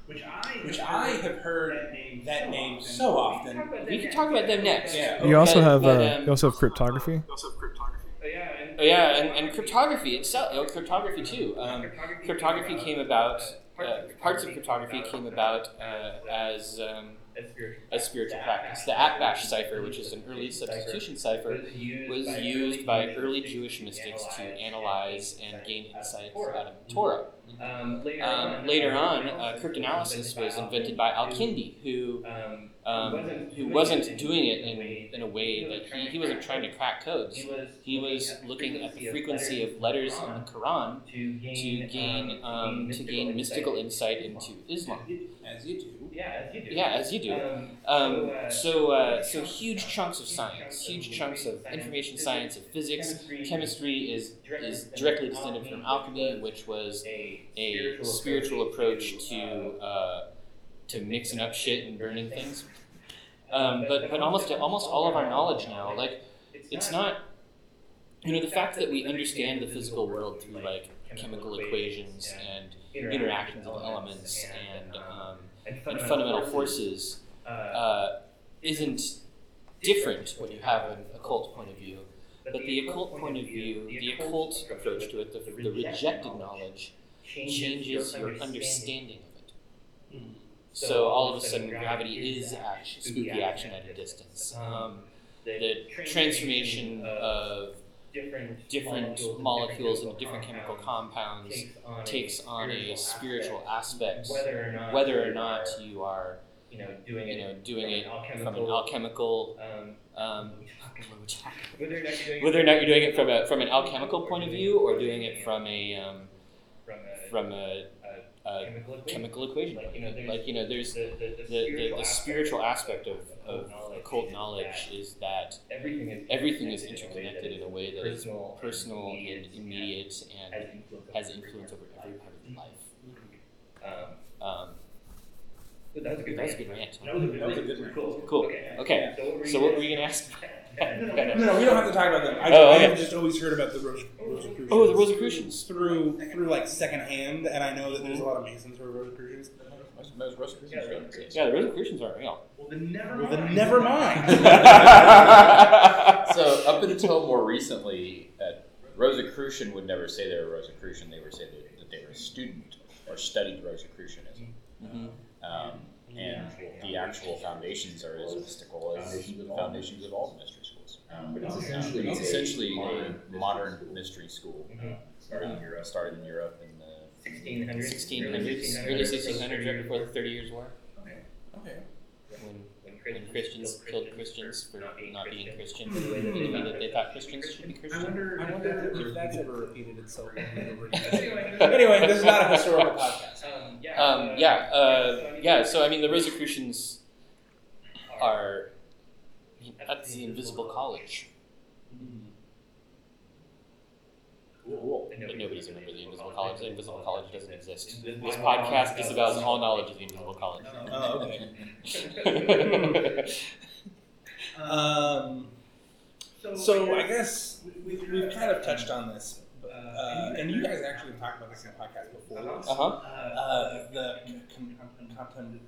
Which I Which I have heard that name that so name often. so often. We can talk about them next. Yeah. You also But- have but, uh, um, you also have cryptography. Oh, yeah, and, Oh, yeah, and, and cryptography itself, oh, cryptography too. Um, cryptography came about. Uh, parts of cryptography came about uh, as um, As spiritual. a spiritual practice. The Atbash cipher, which is an early substitution cipher, was used, was by, used early by early Jewish Jewish mystics to analyze and gain insights Torah. out of Torah. Um, later Um, on, later on, uh, uh, cryptanalysis was invented by Al-Kindi, who Um, um, who wasn't doing it in, in a way that he, he wasn't trying to crack codes. he was He was looking at the frequency of letters in the Quran to gain to gain um, to gain mystical insight into Islam. As you do. Yeah, as you do. Yeah, as you do. Um, Um, so uh, so huge chunks of science, huge chunks of information science, of physics, chemistry, chemistry is is directly descended from alchemy, which was a, a spiritual approach to uh, to mixing up shit and burning things. Um, but but almost almost all of our knowledge now, like it's not you know the fact that we understand the physical world through like chemical equations and interactions of elements and um, and fundamental forces uh, isn't different when you have an occult point of view but the occult point of view the occult approach to it the, the rejected knowledge changes your understanding of it so all of a sudden gravity is action, spooky action at a distance um, the transformation of different different molecules into different chemical compounds on takes on a spiritual aspect, whether or not whether or not you are, you know doing you it know, doing it from an alchemical alchemical, um, um, whether or not you're doing it whether or not you're doing it from a from an alchemical point of view or doing it from a um, from a, from a, a uh, chemical equation. chemical equation. Like, you know, there's- Like, you know, there's The, the, the, the, the, the spiritual aspect of, occult of knowledge occult is knowledge that is that Everything is everything is interconnected interconnected in a way that is personal, personal and immediate and has influence, has over influence over every part of life. Um, Um, but that was a good that was a rant. good rant. That was a good That was a rant. good rant. Cool. Cool. Okay. Okay. So what were So you what were guys- you gonna ask? No, no, we don't have to talk about them. I, I Oh, okay. have just always heard about the Rose, Rosicrucians. Oh, the Rosicrucians. Through, through like secondhand, and I know that there's a lot of Masons who are Rosicrucians. Yeah, okay. Yeah, the Rosicrucians aren't real. Well, then never Well, mind. then never mind. so up until more recently, uh, Rosicrucian would never say they were Rosicrucian. They would say that, that they were a student or studied Rosicrucianism. Mhm. Um, and the actual foundations are as mystical as the foundations of all the mystery schools. Um, But it's essentially, essentially it's a essentially modern a mystery modern school. mystery school Mhm. started in Europe, started in Europe in the 1600s. 1600s, early 1600s, right before the Thirty Years' War, Okay. when, when when Christians killed Christians for not being Christian, in Christian. the way that they thought Christians should be Hmm. I Christian. wonder, I if wonder that's ever repeated itself. Anyway, anyway, this is not a historical podcast. Um, yeah. Um, uh, yeah, so I uh, mean, yeah. So I mean, the Rosicrucians are I mean, that's the Invisible College. And And nobody's nobody's going to remember remember the Invisible College. The Invisible College doesn't exist. This This podcast disavows all knowledge of the Invisible College. Oh, okay. mm-hmm. Um, so, so I guess we, we, we've kind of touched on this, but, uh, and you guys actually talked about this in a podcast before. Uh-huh. Uh, the con- con- contemplative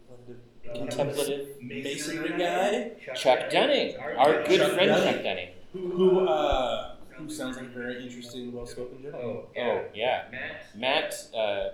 Contemplative masonry guy Chuck Dunning, our good Chuck friend Dunning. Chuck Dunning. who uh, who sounds like a very interesting, well-spoken gentleman. Oh, Oh yeah. yeah, Matt. Matt. Uh,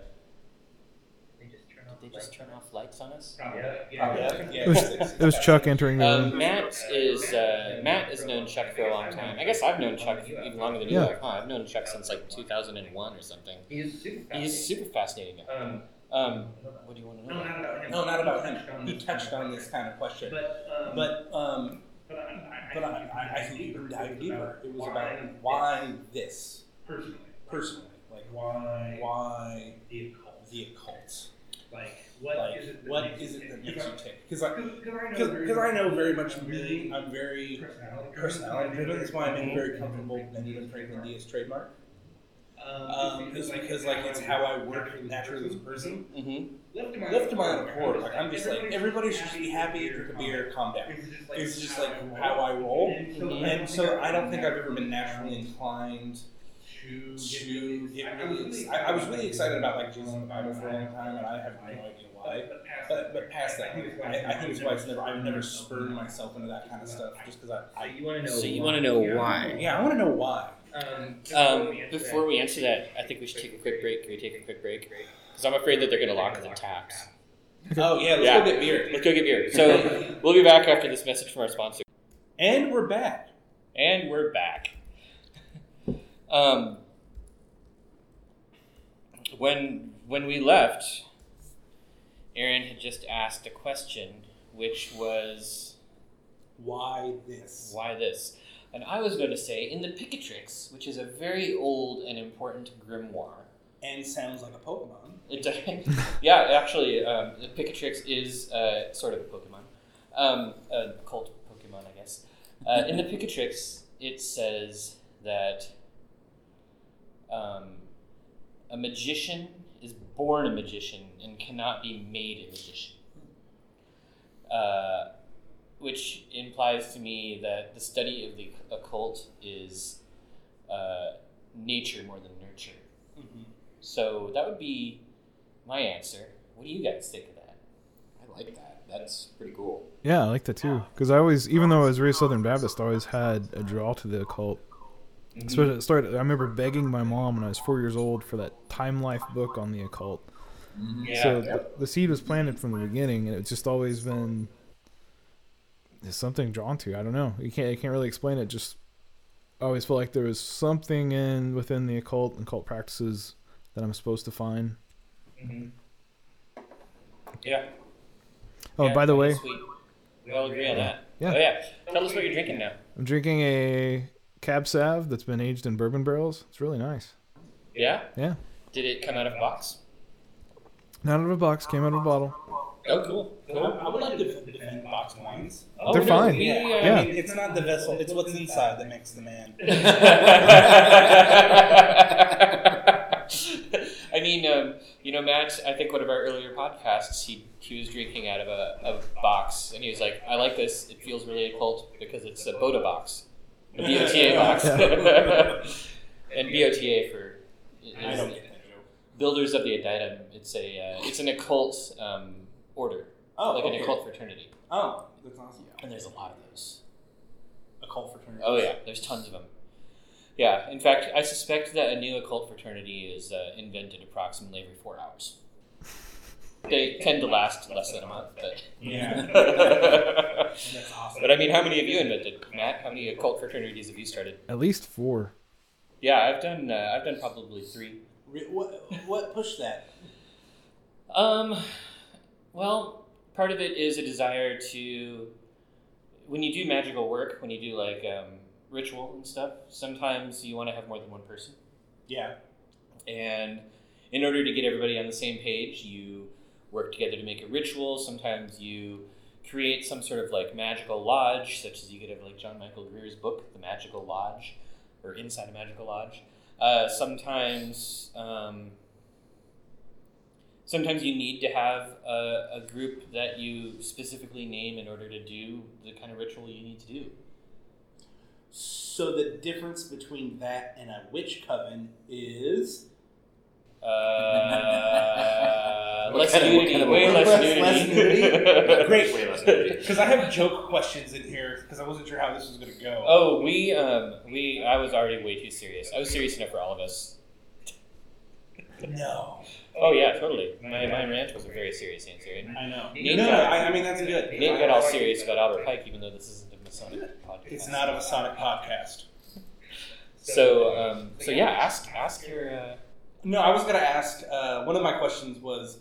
They just turn off did they just lights. turn off lights on us? Probably. Oh, Yeah. yeah. It was, it was Chuck entering the Um, room. Matt is uh, Matt has known Chuck for a long time. I guess I've known Chuck even longer than you Yeah. have. Huh? I've known Chuck since like 2001 or something. He is super fast. He's super fascinating. guy. um, Um, what do you want no, to know? not about him. No, not about him. He touched on this kind of question, But, um, but um, but I, I, But I, I, I think you can dive deeper. It was about why this personally, personally, like why, why the occult, the occult, like what like is it that what makes is you it that tick? makes you tick? Because I Because I know very- because I know very much I'm me, very I'm very personality- personality driven. That's why I'm very comfortable with Benjamin Franklin Diaz trademark. Um, is because like it's how I work naturally as a person. Mm-hmm. Left to my, Left to my own accord, like I'm just like everybody should just be happy, drink a beer, calm down. It's just like how I roll, and so I don't think I've ever been naturally inclined to to get really ex- I, I was really excited about like Jesus in the Bible for a long time, and I have no idea why. But, but past that, I, I think it's why it's never I've never spurred myself into that kind of stuff just because I, so you want to know? So you want to know I why? yeah I want to know why. Um, Um, before we answer that, I think we should take a quick break. Can we take a quick break? Because I'm afraid that they're going to lock the taps. Oh yeah, let's Yeah. go get beer. Let's go get beer. So we'll be back after this message from our sponsor. And we're back. And we're back. um, when when we left, Aaron had just asked a question, which was Why this? why this? And I was going to say in the Picatrix, which is a very old and important grimoire. And sounds like a Pokemon. It, does- yeah, actually, um, the Picatrix is uh, sort of a Pokemon, um, a cult Pokemon, I guess. Uh, in the Picatrix, it says that um, a magician is born a magician and cannot be made a magician. Uh, which implies to me that the study of the occult is uh, nature more than nurture. So that would be my answer. What do you guys think of that? I like that. That's pretty cool. Yeah, I like that too. Because I always, even though I was raised Southern Baptist, I always had a draw to the occult. So it started. I remember begging my mom when I was four years old for that Time Life book on the occult. so the, the seed was planted from the beginning, and it's just always been there's something drawn to. I don't know. You can't. I can't really explain it. Just I always felt like there was something in within the occult and cult practices that I'm supposed to find. Yeah. Oh, Yeah, by the I way, guess We, we all agree on that. Yeah. Oh yeah. Tell us what you're drinking now. I'm drinking a Cab Sav that's been aged in bourbon barrels. It's really nice. Yeah. Yeah. Did it come out of a box? Not out of a box, came out of a bottle. Oh, cool. I, I would like to defend boxed wines. Oh, They're fine. we, uh, Yeah. I mean, it's not the vessel; it's what's inside that makes the man. I mean, um, you know, Matt. I think one of our earlier podcasts, he he was drinking out of a, a box, and he was like, "I like this. It feels really occult because it's a Boda box, a BOTA box, and BOTA for I don't is get that joke. Builders of the Adytum. It's a uh, it's an occult um, order, Oh, like an okay. occult fraternity, Oh, that's awesome. and there's a lot of those. Occult fraternity. Oh yeah, there's tons of them. Yeah, in fact, I suspect that a new occult fraternity is uh, invented approximately every four hours. They tend to last less than a month, but. Yeah, but that's awesome. I mean, how many have you invented, Matt? How many occult fraternities have you started? At least four. Yeah, I've done. Uh, I've done probably three. Re- what what pushed that? Um, well, part of it is a desire to, when you do magical work, when you do like um, ritual and stuff. Sometimes you want to have more than one person. Yeah, And in order to get everybody on the same page, you work together to make a ritual. Sometimes you create some sort of like magical lodge, such as you could have like John Michael Greer's book, The Magical Lodge, or Inside a Magical Lodge. Uh, sometimes, um, sometimes you need to have a, a group that you specifically name in order to do the kind of ritual you need to do. So the difference between that and a witch coven is Uh, What less kind of- what nudity, kind of- way less, Less- nudity. less nudity? Great. Way less nudity. because I have joke questions in here because I wasn't sure how this was going to go. Oh, we um we I was already way too serious. I was serious enough for all of us. No, Oh yeah, totally. My my rant was a very serious answer. And I know. Nate no, no, got- I, I mean that's good. Nate got all serious about Albert Pike, even though this isn't a Masonic podcast. It's not a Masonic podcast. So um so yeah, ask ask your uh, No, I was going to ask. Uh, one of my questions was,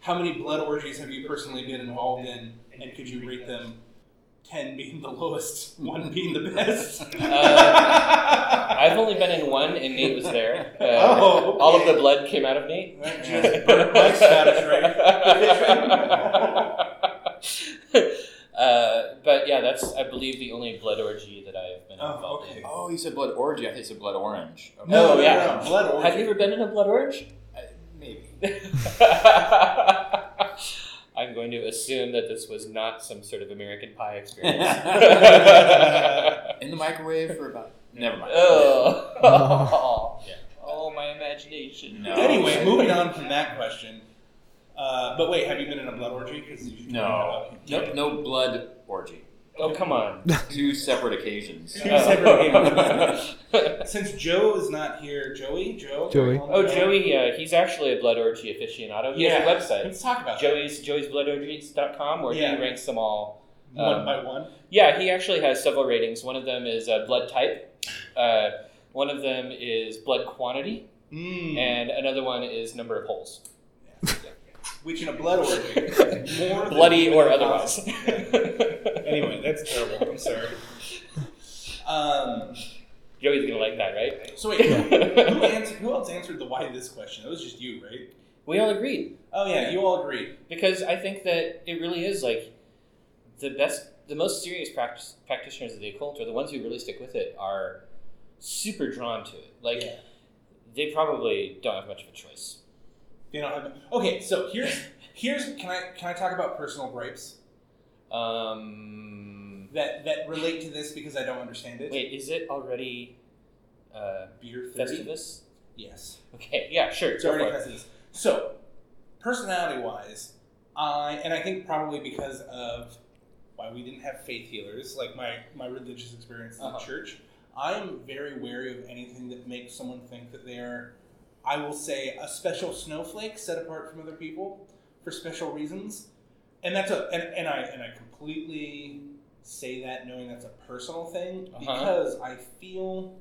how many blood orgies have you personally been involved in, and could you rate them? Ten being the lowest, one being the best. I've only been in one, and Nate was there. Uh, Oh, okay. All of the blood came out of Nate. That just burnt my Scottish right. uh, but yeah, that's I believe the only blood orgy that I've been Oh, involved okay. Oh, you said blood orgy. I thought you said blood orange. Okay. No, no, yeah. no, no, blood in. orgy. Have you ever been in a blood orgy? Uh, maybe. I'm going to assume that this was not some sort of American Pie experience. In the microwave for about. Never mind. oh. No. Yeah. oh, my imagination. No. Anyway, moving on from that question. Uh, but wait, have you been in a blood orgy? Because No. Nope, no blood orgy. Oh, come on. Two separate occasions. Two separate oh. Since Joe is not here, Joey, Joe. Joey. oh, Joey, uh, he's actually a blood orgy aficionado. He Yeah. has a website. Let's talk about Joey. Joey's joeysbloodorgies.com where Yeah. he ranks them all. One Um, by one. Yeah, he actually has several ratings. One of them is uh, blood type. Uh, one of them is blood quantity, Mm. and another one is number of holes, Which in a blood orgy, is more than bloody or even otherwise. possible. anyway, that's terrible. I'm sorry. Um, Joey's gonna like that, right? so wait, who, who answered, who else answered the why this question? That was just you, right? We all agreed Oh yeah, you all agreed. because I think that it really is like the best, the most serious practice, practitioners of the occult, or the ones who really stick with it, are super drawn to it. Like Yeah. they probably don't have much of a choice. They don't have. Okay, so here's here's can I can I talk about personal gripes Um, that that relate to this because I don't understand it. wait, is it already uh, Beer thirty. Festivus? Yes. Okay, yeah, sure. It's go for already it. Festivus. So, personality wise, I and I think probably because of why we didn't have faith healers, like my my religious experience in Uh-huh. the church, I'm very wary of anything that makes someone think that they are, I will say, a special snowflake set apart from other people for special reasons, and that's a and, and I and I completely say that knowing that's a personal thing Uh-huh. because I feel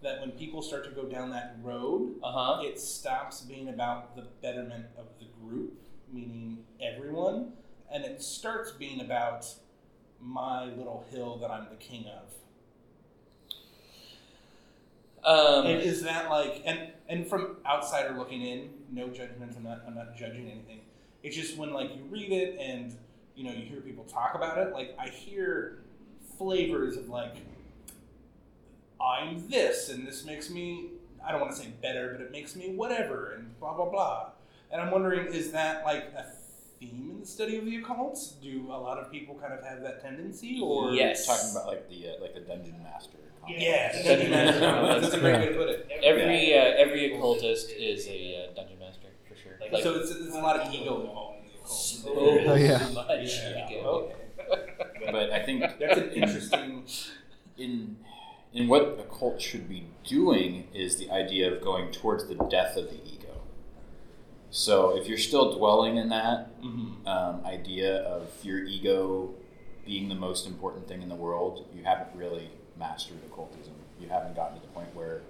that when people start to go down that road Uh-huh. it stops being about the betterment of the group, meaning everyone, and it starts being about my little hill that I'm the king of. Um, And is that like and and from outsider looking in, no judgments. I'm not I'm not judging anything. It's just when like you read it and you know you hear people talk about it. Like I hear flavors of like I'm this and this makes me I don't want to say better, but it makes me whatever and blah blah blah. And I'm wondering is that like a theme in the study of the occult? Do a lot of people kind of have that tendency or yes. Talking about like the uh, like the dungeon master. complex. Yeah, Dungeon master. that's a great way to put it. every uh, every occultist is a uh, dungeon master for sure. Like, so it's, there's a lot of ego involved in the occult. so Oh, yeah. much Yeah. ego. Okay. But I think That's an interesting. in in what the cult should be doing is the idea of going towards the death of the ego. So if you're still dwelling in that Mm-hmm. um, idea of your ego being the most important thing in the world, you haven't really mastered occultism. You haven't gotten to the point where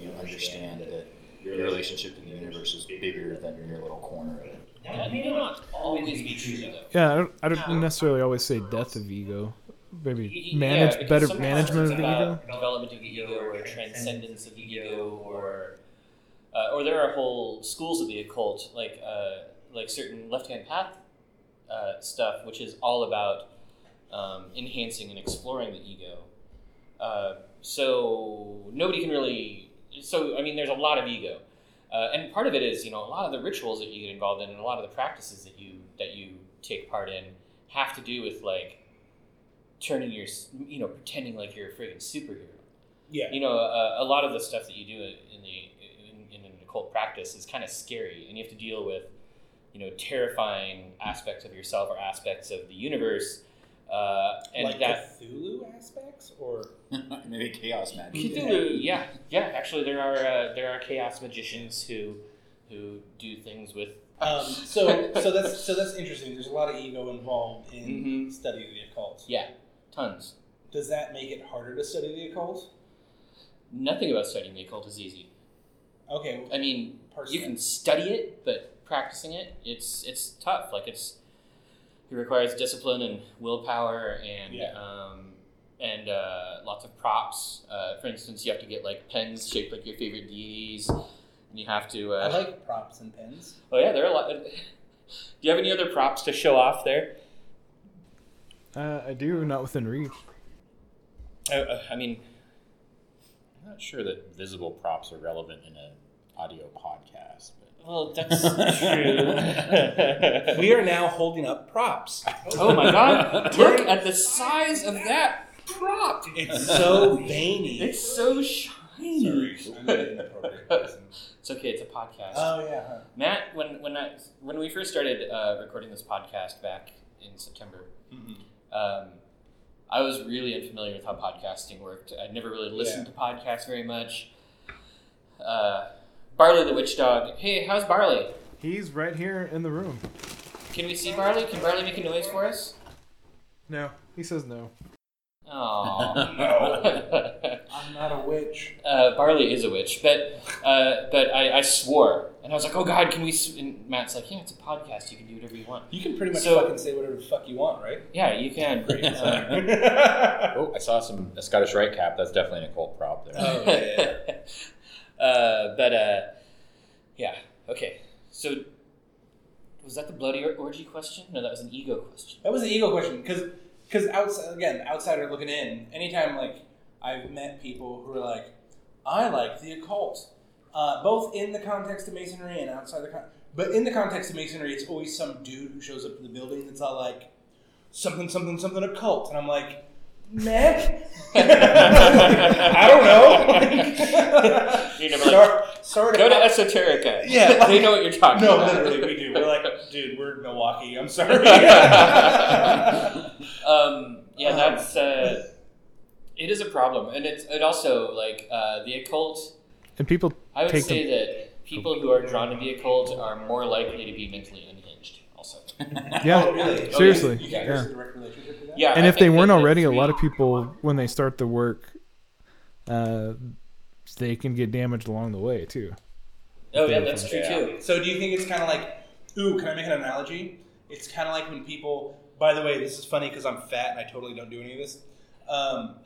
you understand that your relationship to the universe is bigger than your little corner of it. That may not always be true though. Yeah, I don't, I don't necessarily always say death of ego. Maybe Yeah, manage because better sometimes management of it's the ego. about development of the ego, or transcendence of the ego, or uh, or there are whole schools of the occult, like uh, like certain left hand path uh, stuff, which is all about um, enhancing and exploring the ego. Uh, so nobody can really. So I mean, there's a lot of ego, uh, and part of it is you know a lot of the rituals that you get involved in, and a lot of the practices that you that you take part in have to do with like turning your s- you know pretending like you're a friggin' superhero. Yeah. You know, uh, a lot of the stuff that you do in the in, in an occult practice is kind of scary, and you have to deal with you know terrifying aspects of yourself or aspects of the universe, uh, and like that Cthulhu aspects, or Maybe chaos magic. Cthulhu, yeah, yeah. Actually, there are uh, there are chaos magicians who who do things with. um, so so that's so that's interesting. There's a lot of ego involved in Mhm. study of the occult. Yeah, tons. Does that make it harder to study the occult? Nothing about studying the occult is easy. Okay, well, I mean, personally, you can study it, but practicing it, it's it's tough. Like it's it requires discipline and willpower and Yeah. um, and uh, lots of props. Uh, for instance, you have to get like pens shaped like your favorite deities, and you have to. Uh, I like props and pens. oh yeah, there are a lot. Do you have any other props to show off there? Uh, I do, not within reach. I, I mean, I'm not sure that visible props are relevant in an audio podcast, but. Well, that's true. We are now holding up props. oh my god! Look at the size of that prop. It's so veiny. It's so shiny. Sorry, I'm not an appropriate person. It's okay. It's a podcast. Oh yeah. huh. Matt, when when I when we first started uh, recording this podcast back in September, Mm-hmm. um, I was really unfamiliar with how podcasting worked. I'd never really listened to podcasts very much. Uh, Barley the witch dog. Hey, how's Barley? He's right here in the room. Can we see Barley? Can Barley make a noise for us? No, he says no. Oh I'm not a witch. uh, Barley is a witch, but uh, but I, I swore, and I was like, "Oh God, can we?" s And Matt's like, "Yeah, it's a podcast. You can do whatever you want." You can pretty much So- fucking say whatever the fuck you want, right? Yeah, you can. Uh, Oh, I saw some a Scottish right cap. That's definitely an occult prop there. Oh, yeah. uh, but uh, yeah, okay. So was that the bloody or- orgy question? No, that was an ego question. That was an ego question because because outside again, outsider looking in. Anytime like I've met people who are like, I like the occult, uh, both in the context of masonry and outside the con- but in the context of masonry, it's always some dude who shows up to the building that's all like something something something occult, and I'm like. Meh. I don't know. You're never like, Sorry, sorry go to Esoterica. Yeah, like- they know what you're talking No, about. literally, we do. We're like, dude, we're Milwaukee. I'm sorry. um, yeah, Um, that's uh, it is a problem, and it's it also like uh, the occult. And people, I would Take say that people who are drawn to the occult are more likely to be mentally unhinged. Also, yeah, Oh, really? seriously, Okay, you think yeah. there's a direct relationship to that? yeah, and I if they think weren't that already, a that's lot really- of people when they start the work, uh, they can get damaged along the way too. Oh yeah, that's true too. So do you think it's kind of like, ooh, can I make an analogy? It's kind of like when people, by the way, this is funny because I'm fat and I totally don't do any of this. Um,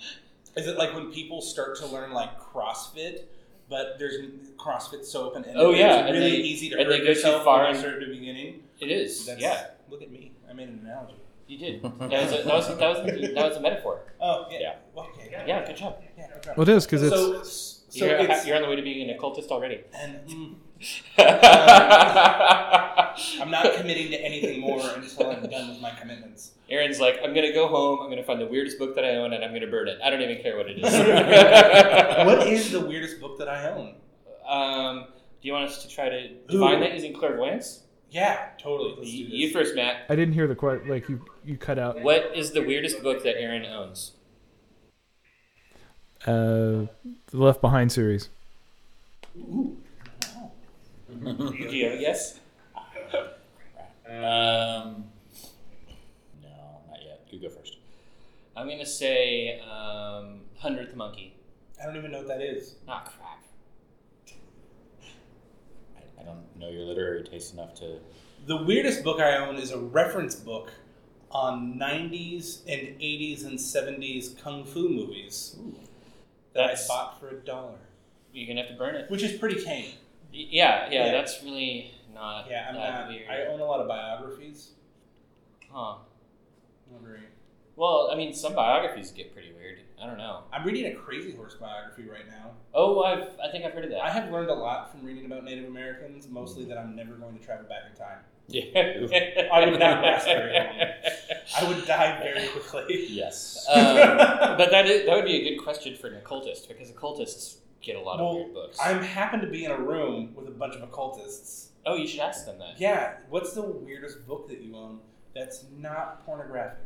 Is it like when people start to learn like CrossFit, but there's CrossFit's so open ended? Oh, yeah, it's and really they- easy to and they hurt go too yourself far when and- you start at the beginning. It is. That's, yeah, Look at me. I made an analogy. you did. That was a, that was that was that was a metaphor. Oh yeah. Yeah. Well, okay. Yeah, good job. Yeah, no problem. Well, it is because it's so so you're, it's you're on the way to being an occultist already. and mm, I'm I'm not committing to anything more until I'm done with my commitments. Aaron's like, I'm gonna go home. I'm gonna find the weirdest book that I own, and I'm gonna burn it. I don't even care what it is. what is the weirdest book that I own? Um, do you want us to try to divine Ooh. that using clairvoyance? Yeah, totally. Y- Let's do this. You first, Matt. I didn't hear the question. Like you, you cut out. What is the weirdest book that Aaron owns? Uh, the Left Behind series. Do you have a guess? Um, no, not yet. You go first. I'm gonna say um, Hundredth Monkey. I don't even know what that is. Ah, crap. I, I don't know your literary taste enough to. The weirdest book I own is a reference book on 90s and 80s and 70s kung fu movies that That's- I bought for a dollar, You're gonna have to burn it. which is pretty tame. Y- Yeah, yeah. Yeah. That's really not Yeah, I'm that not. weird. I own a lot of biographies. Huh. I'm wondering- Well, I mean, some biographies get pretty weird. I don't know. I'm reading a Crazy Horse biography right now. Oh, I've I think I've heard of that. I have learned a lot from reading about Native Americans, mostly that I'm never going to travel back in time. Yeah. I would not last very long. I would die very quickly. Yes. Um, but that is, that would be a good question for an occultist because occultists get a lot of Well, weird books. I happen to be in a room with a bunch of occultists. oh, you should ask them that. Yeah, what's the weirdest book that you own that's not pornographic?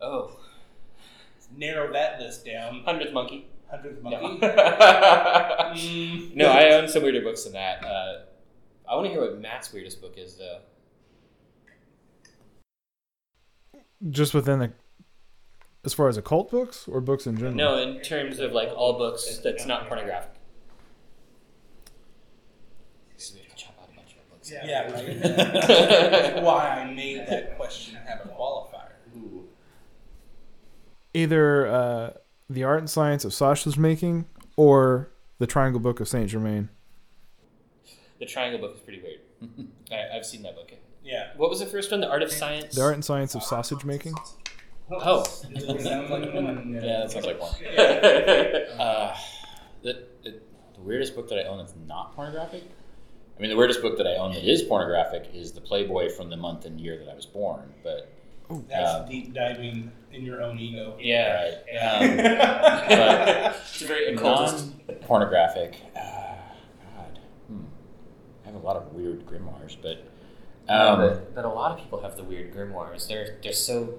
Oh, Narrow that list down. hundredth monkey. Hundredth No. Monkey. Mm. no, I own some weirder books than that. Uh, I want to hear what Matt's weirdest book is, though. Just within the, as far as occult books or books in general. No, in terms of like all books that's not pornographic. So we have to chop out a bunch of books. Yeah, right. Why I made that question have a qualifier. Either uh, the art and science of sausage making or the Triangle Book of Saint Germain. The Triangle book is pretty weird. I, I've seen that book. Yeah. What was the first one? The Art of Science. The art and science of sausage making. Oh, Sounds like one. Yeah, that sounds like one. Uh, the, the, the weirdest book that I own that's not pornographic. I mean, the weirdest book that I own that is pornographic is the Playboy from the month and year that I was born. But That's Um, deep diving in your own ego. yeah. right, um, but It's a very occultist. non-pornographic. Uh, God, hmm. I have a lot of weird grimoires, but um, but, but a lot of people have the weird grimoires. They're they're so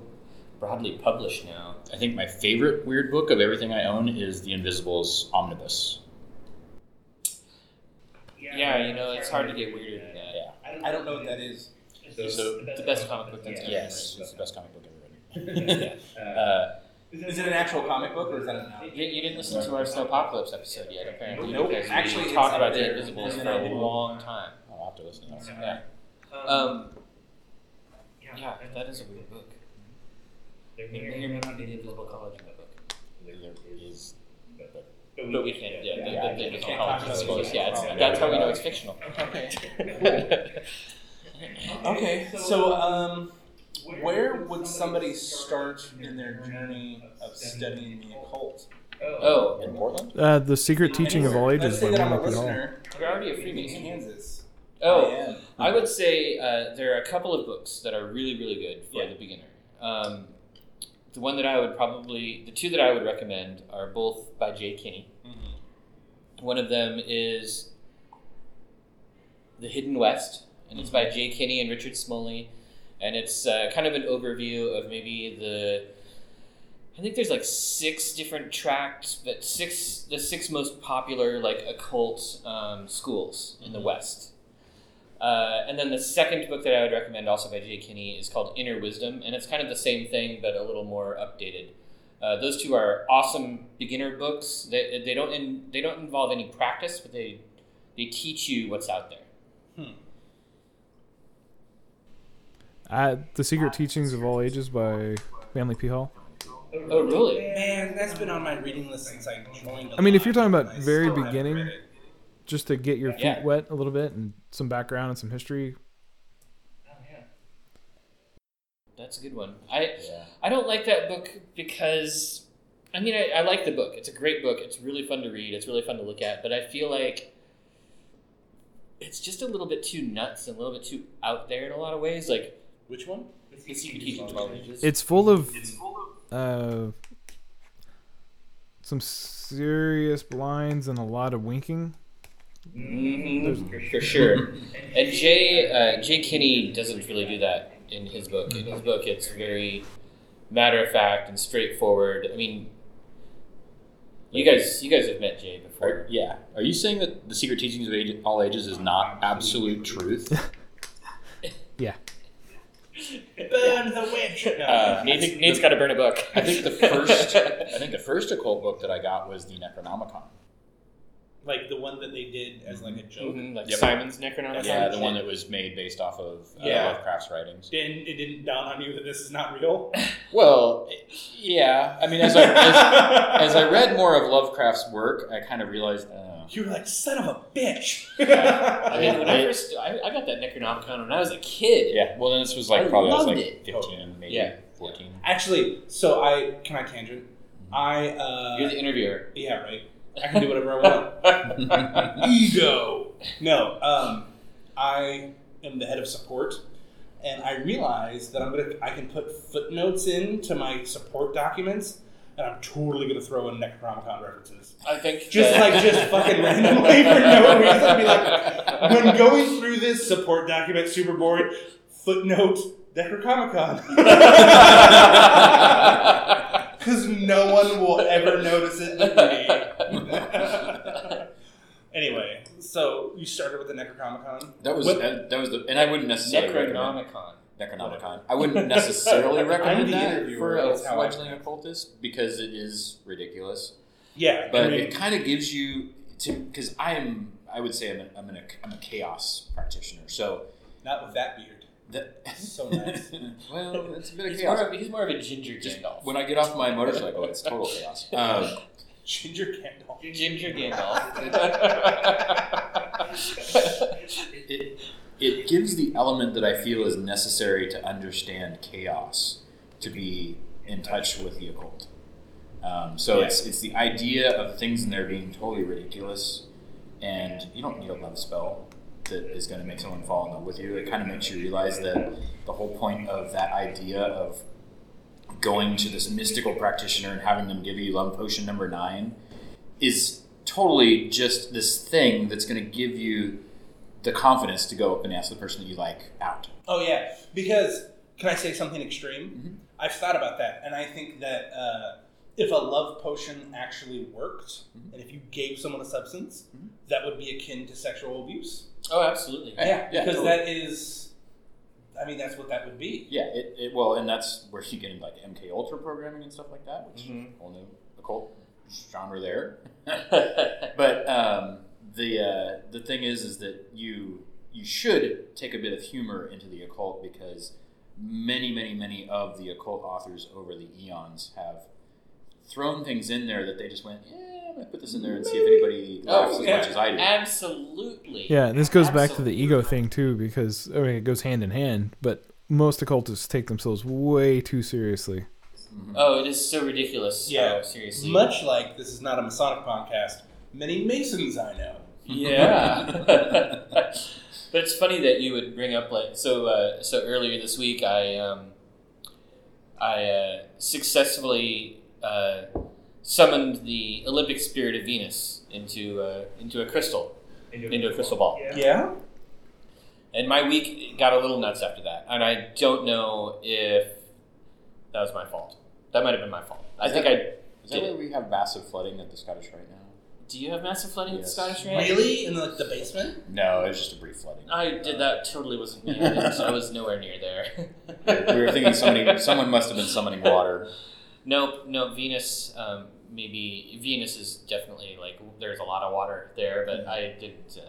broadly published now. I think my favorite weird book of everything I own is The Invisibles Omnibus. Yeah, you know, it's hard to get weirder than that. I don't know what that is. So, So- The best comic book that's Yeah. ever Yes, it's the best comic book I've ever Yeah. read. Uh, Is it an actual comic book or is that a novel? written. You, you didn't listen to our Snowpocalypse episode yet, apparently. Nope. Because we Actually, it's talked about up the there. Invisibles And for then I a didn't- long time. I'll have to listen to that. one. Yeah. Um, yeah, that is a weird book. They're It may or may not be the Invisible College in that book. There is But we can't. Yeah, the, Yeah, the, the yeah. Invisible College Yeah. Invisibles, Yeah, it's, Yeah. that's how we know it's fictional. Okay. Okay. So, uh, um, where would somebody start in their journey of studying the occult? oh, in Portland. Uh, the secret teaching of all Let's ages say by that I'm a Mona Hall. listener you're already a in Freemason. Kansas. Oh, I am. I would say uh, there are a couple of books that are really, really good for the beginner. Um, the one that I would probably, the two that I would recommend are both by Jay Kinney. Mm-hmm. One of them is The Hidden West, and it's by Jay Kinney and Richard Smoley. And it's uh, kind of an overview of maybe the. I think there's like six different tracts, but six the six most popular like occult um, schools in the West. Uh, and then the second book that I would recommend, also by Jay Kinney, is called Inner Wisdom, and it's kind of the same thing but a little more updated. Uh, those two are awesome beginner books. They, they don't in, they don't involve any practice, but they they teach you what's out there. Uh, the secret teachings of all ages by Manly P Hall. Oh, really? Man, that's been on my reading list since I joined. I mean, if you're talking Alive, about and I very still haven't beginning- read it. just to get your feet Yeah. wet a little bit and some background and some history. That's a good one. I Yeah. I don't like that book because I mean I, I like the book. It's a great book. It's really fun to read. It's really fun to look at. But I feel like it's just a little bit too nuts and a little bit too out there in a lot of ways. Like Which one? the secret keeping twelve ages. It's full of uh, some serious blinds and a lot of winking. Mhm, for sure. And Jay uh, Jay Kinney doesn't really do that in his book. In his book, it's very matter of fact and straightforward. I mean, you guys you guys have met Jay Are, before. yeah. Are you saying that the secret teachings of age, all ages is not absolute truth? Burn the witch. No, Uh, that's- Nate, Nate's got to burn a book. I think the first, I think the first occult book that I got was the Necronomicon. like the one that they did as like a joke. Mhm, like Yep. Simon's Necronomicon. Yeah, the one that was made based off of uh, Yeah. Lovecraft's writings. Didn't it didn't dawn on you that this is not real? Well, yeah. I mean, as I as, as I read more of Lovecraft's work, I kind of realized. Oh, you were like son of a bitch. I mean, when I I- first, I, I got that Necronomicon when I was a kid. yeah. Well, then this was I like probably I, was loved like it. fifteen, maybe Yeah. fourteen. Actually, so I can I tangent. I uh, You're the interviewer. yeah right. I can do whatever I want. ego. No, um, I am the head of support, and I realize that I'm gonna I can put footnotes in to my support documents, and I'm totally gonna throw in Necronomicon references. I think Just that- like just fucking randomly for no reason. Be like, when going through this support document, super boring. Footnote Necronomicon. Because no one will ever notice it but me. anyway, so you started with the Necronomicon. That was What- that, that was the and I wouldn't necessarily recommend Necronomicon. Necronomicon. I wouldn't necessarily recommend the that interviewer, for a that's how I- fledgling occultist because it is ridiculous. Yeah, but I mean, it kind of gives you to because I am I would say I'm a, I'm, an, I'm a chaos practitioner. So not with that beard. that So nice. well, it's a bit of He's more, chaos. of, he's more of a ginger Gandalf. When I get off my motorcycle, it's total chaos. Um, Ginger Gandalf. Ginger Gandalf. it, it gives the element that I feel is necessary to understand chaos, to be in touch with the occult. Um, so it's it's the idea of things in there being totally ridiculous, and you don't need a love spell that is going to make someone fall in love with you. It kind of makes you realize that the whole point of that idea of going to this mystical practitioner and having them give you love potion number nine is totally just this thing that's going to give you the confidence to go up and ask the person that you like out. Oh yeah, because can I say something extreme? Mhm. I've thought about that, and I think that uh, if a love potion actually worked, Mhm. and if you gave someone a substance, Mhm. that would be akin to sexual abuse. oh, absolutely. Yeah, yeah, because totally. that is, I mean, that's what that would be. Yeah, it, it well, and that's where you get into like MK Ultra programming and stuff like that, which is Mhm. a whole new occult genre there. but um, the uh, the thing is, is that you you should take a bit of humor into the occult because many, many, many of the occult authors over the eons have thrown things in there that they just went, yeah, I'm gonna put this in there and see if anybody Oh, laughs as yeah. much as I do. absolutely. Yeah, and this goes back to the ego thing too, because I mean it goes hand in hand. But most occultists take themselves way too seriously. Mm-hmm. Oh, it is so ridiculous. Yeah. Oh, seriously. Much like this is not a Masonic podcast. Many Masons I know. Yeah. but it's funny that you would bring up like so uh, so earlier this week I um, I uh, successfully uh, summoned the Olympic spirit of Venus into uh, into a crystal into a crystal ball. Yeah. Yeah. And my week got a little nuts after that. And I don't know if that was my fault. That might have been my fault. I Is think that- I Is that where we have massive flooding at the Scottish right now? do you have massive flooding in the Yes. Scottish Rite? Really? In like the basement? No, it was just a brief flooding. I did that totally wasn't me. I didn't- I was nowhere near there. we were thinking somebody, someone must have been summoning water. No, no, Venus. Um, maybe Venus is definitely like there's a lot of water there, but I didn't.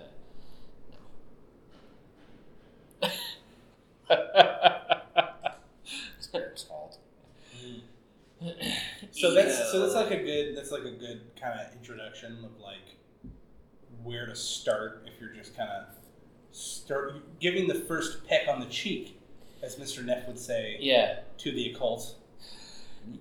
Uh, It's Eric's fault. no. so that's like a good that's like a good kind of introduction of like where to start if you're just kind of start giving the first peck on the cheek, as Mr. Neff would say, Yeah, to the occult.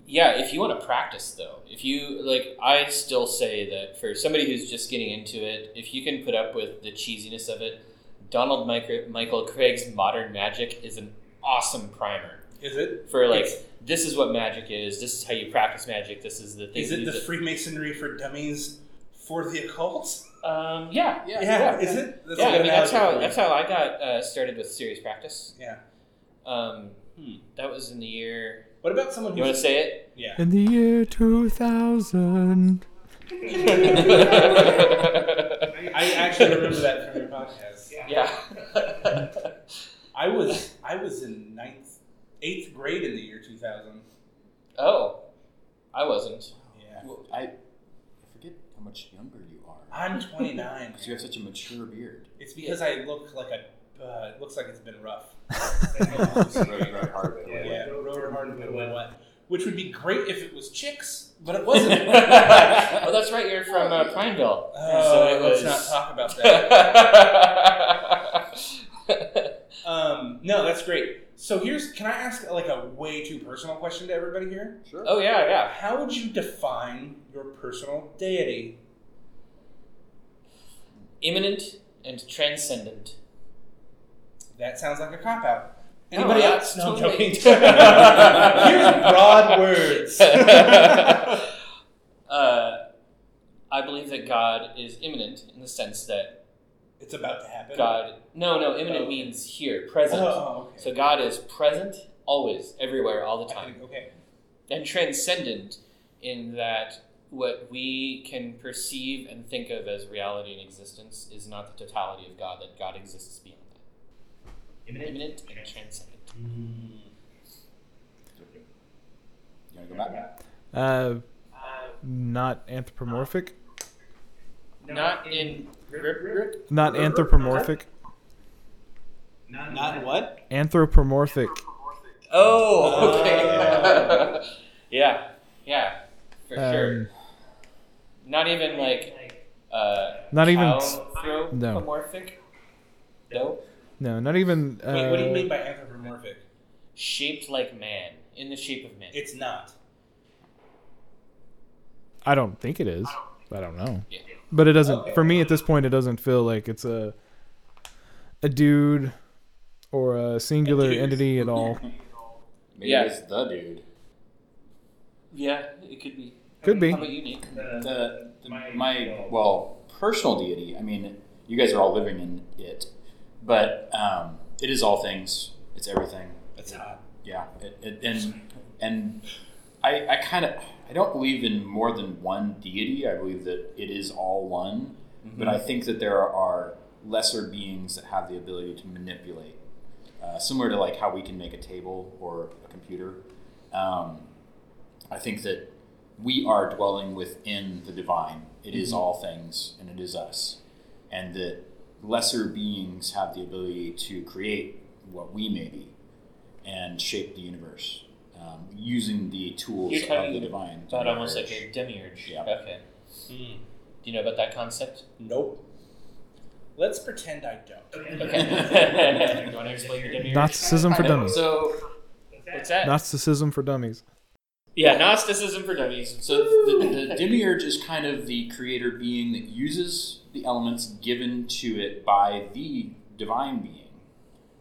yeah. If you want to practice, though, if you like, I still say that for somebody who's just getting into it, if you can put up with the cheesiness of it, Donald Mike- Michael Craig's Modern Magic is an awesome primer Is it? for like It's- this is what magic is. This is how you practice magic. This is the thing. Is it you the do. Freemasonry for dummies for the occult? um, yeah, yeah, is it? That's yeah, a I good mean, that's how analogy. that's how I got uh, started with serious practice. Yeah. Um, Hmm. That was in the year. What about someone You want who's to say yeah? In the year 2000. it? I actually remember that from your podcast. yeah. I was I was in ninth, eighth grade in the year two thousand. oh, I wasn't. Yeah, Well, I, I forget how much younger you are. I'm twenty nine. Because you have such a mature beard. It's because I look like a. Uh, it looks like it's been rough. Yeah. Yeah, row, row, row, hard, Wet. wet, wet, wet. Which would be great if it was chicks, but it wasn't. oh, that's right. You're from uh, Prineville. So Oh, it let's was- not talk about that. yeah, um, no, that's great. So here's, can I ask like a way too personal question to everybody here? Sure. Oh yeah, yeah. How would you define your personal deity? Imminent and transcendent. That sounds like a cop out. No, Anybody that's else? No, I'm joking. totally- here's broad words. Uh, I believe that God is imminent in the sense that it's about to happen. God. No, no. Imminent Oh. means here, present. Oh, okay. So God is present always, everywhere, all the I time. think- okay. and transcendent in that what we can perceive and think of as reality and existence is not the totality of God, that God exists beyond that. Imminent. Immanent and transcendent. You want to go back? Uh, Uh, not anthropomorphic. Not in Rip, rip. Not anthropomorphic. Not, Not what? Anthropomorphic. Oh, okay. Oh. yeah, yeah, for sure. Um, Not even like uh, not even. anthropomorphic. No. No, not even. Uh, Wait, what do you mean by anthropomorphic? Shaped like man, in the shape of man. It's not. I don't think it is. I don't know. Yeah. But it doesn't. For me, at this point, it doesn't feel like it's a a dude or a singular entity at all. Maybe Yeah. it's the dude. yeah, it could be. Could be. How about you, Nick? The, the- My- my well personal deity. I mean, you guys are all living in it, but um, it is all things. It's everything. That's hot. Yeah, it, it, and and I, I kind of I don't believe in more than one deity. I believe that it is all one, but Mm. I think that there are lesser beings that have the ability to manipulate, uh, similar to like how we can make a table or a computer. Um, I think that we are dwelling within the divine. It is Mm-hmm. all things, and it is us, and that lesser beings have the ability to create what we may be and shape the universe um, using the tools You're of talking the divine. About almost like a demiurge. Yeah. Okay. Hmm. Do you know about that concept? Nope. Let's pretend I don't. Okay. you want to explain your demiurge? Gnosticism for I know. dummies. so what's What's that? Gnosticism for dummies. yeah, Gnosticism for dummies. So the, the demiurge is kind of the creator being that uses the elements given to it by the divine being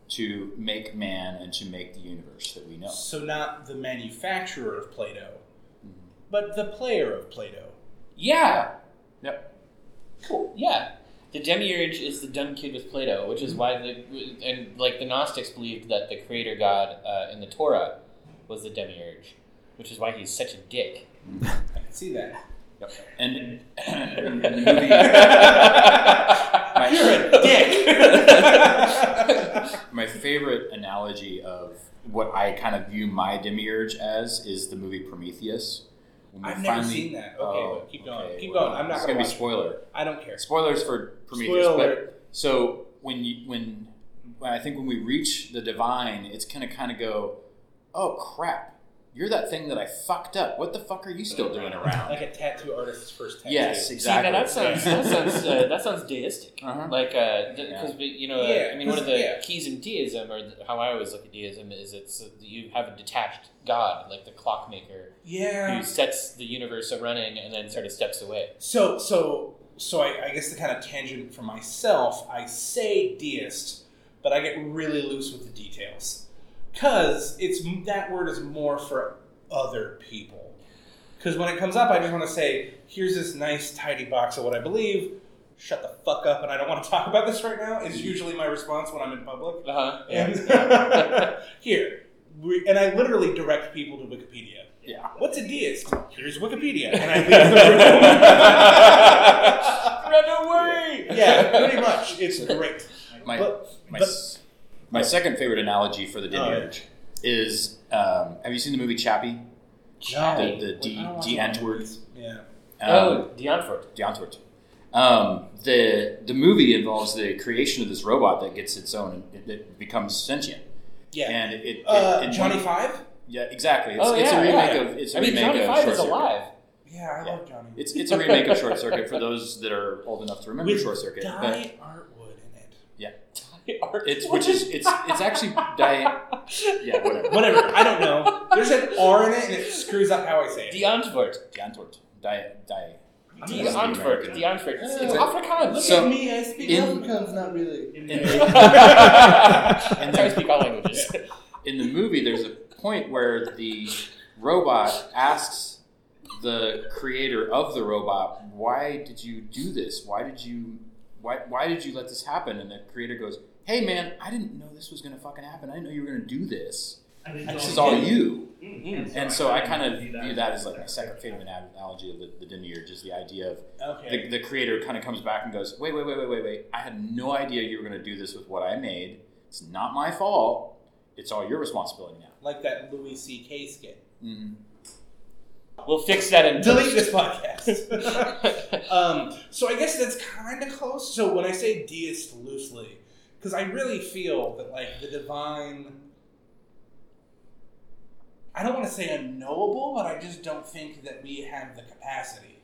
to make man and to make the universe that we know. So not the manufacturer of Play-Doh, Hmm. but the player of Play-Doh. Yeah. Yep. Cool. Yeah. The demiurge is the dumb kid with Plato, which is why the and like the Gnostics believed that the creator god uh, in the Torah was the demiurge, which is why he's such a dick. I can see that. And in, the movie, my, my favorite analogy of what I kind of view my demiurge as is the movie Prometheus. When we I've never finally- seen that. Okay, Oh, but keep going. okay, keep well, going. I'm not it's gonna gonna be watch it. spoiler. I don't care. Spoilers for Prometheus. Spoiler. But so when you when, when I think when we reach the divine, it's gonna kind of go, oh crap, you're that thing that I fucked up. What the fuck are you still doing around? Like a tattoo artist's first tattoo. yes, Yeah. See, now exactly. that sounds that sounds uh, that sounds deistic. Uh-huh. Like, because you know, uh, Yeah, I mean, one of the yeah. keys in deism, or the, how I always look at deism, is it's uh, you have a detached god, like the clockmaker, who sets the universe a running and then sort of steps away. So so so I, I guess the kind of tangent for myself, I say deist, but I get really loose with the details because it's that word is more for other people. Because when it comes up, I just want to say, here's this nice tidy box of what I believe. Shut the fuck up, and I don't want to talk about this right now. Is usually my response when I'm in public. Uh huh. And here, we, and I literally direct people to Wikipedia. Yeah. What's a deist? Here's Wikipedia, and I leave the room. Run away! yeah, pretty much. It's great. My, But- my, but- s- my second favorite analogy for the Oh, yeah. demiurge is um, have you seen the movie Chappie? Chappie. The, the I D, don't watch D Antwoord. Yeah. Um, oh, Dionfort. De Antwoord. Um, the the movie involves the creation of this robot that gets its own that becomes sentient, Yeah. and it, it, uh, it- Johnny Five? Yeah, exactly. It's, Oh, it's yeah, a remake yeah. of it's a I mean, remake Johnny of Five Short is Circuit. alive. Yeah, I Yeah. love Johnny. It's it's a remake of Short Circuit for those that are old enough to remember With Short Circuit. But Di Artwood in it. it's which is it's it's actually Di. Yeah, whatever. Whatever. I don't know. There's an R in it, and it screws up how I say it. Dionfort. De Antwoord. Di Di. I'm Di- gonna- Dionfort. Dionfort. It's, it's Yeah. Afrikaans. Look So- at me. I speak in- Afrikaans, not really. In In the- the- in That's how I the- speak all languages. in the movie, there's a point where the robot asks the creator of the robot, "Why did you do this? Why did you, why, why did you let this happen?" And the creator goes, "Hey, man, I didn't know this was gonna fucking happen. I didn't know you were gonna do this. This is all you." Mm, And so I kind of view that as like my second favorite analogy of the, the demiurge is the idea of Okay. the, the creator kind of comes back and goes, wait, wait, wait, wait, wait, wait. I had no idea you were going to do this with what I made. It's not my fault. It's all your responsibility now. Like that Louis C.K. skit. Mm-hmm. We'll fix that in. Delete this podcast. um, so I guess that's kind of close. So when I say deist loosely, because I really feel that like the divine, I don't want to say unknowable, but I just don't think that we have the capacity.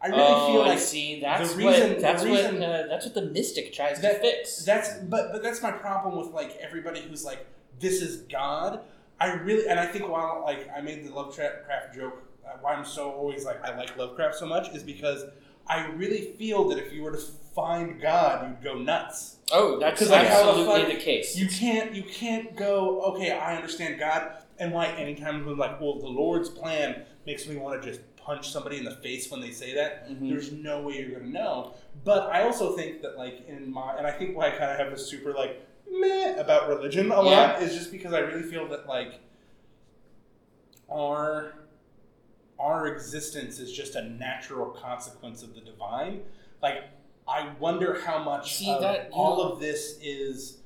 I really oh, feel I like see. That's the what. reason- That's the reason- what. Uh, that's what the mystic tries to That- fix. That's but but that's my problem with like everybody who's like this is God. I really and I think while like I made the Lovecraft joke, uh, why I'm so always like I like Lovecraft so much is because I really feel that if you were to find God, you'd go nuts. oh, that's 'Cause, like, how the absolutely fuck- the case. You can't you can't go okay. I understand God and like anytime we're like well the Lord's plan makes me want to just punch somebody in the face when they say that Mhm. there's no way you're gonna know. But I also think that like in my and I think why I kind of have a super like meh about religion a lot is just because I really feel that like our our existence is just a natural consequence of the divine. Like I wonder how much See, of that- all of this is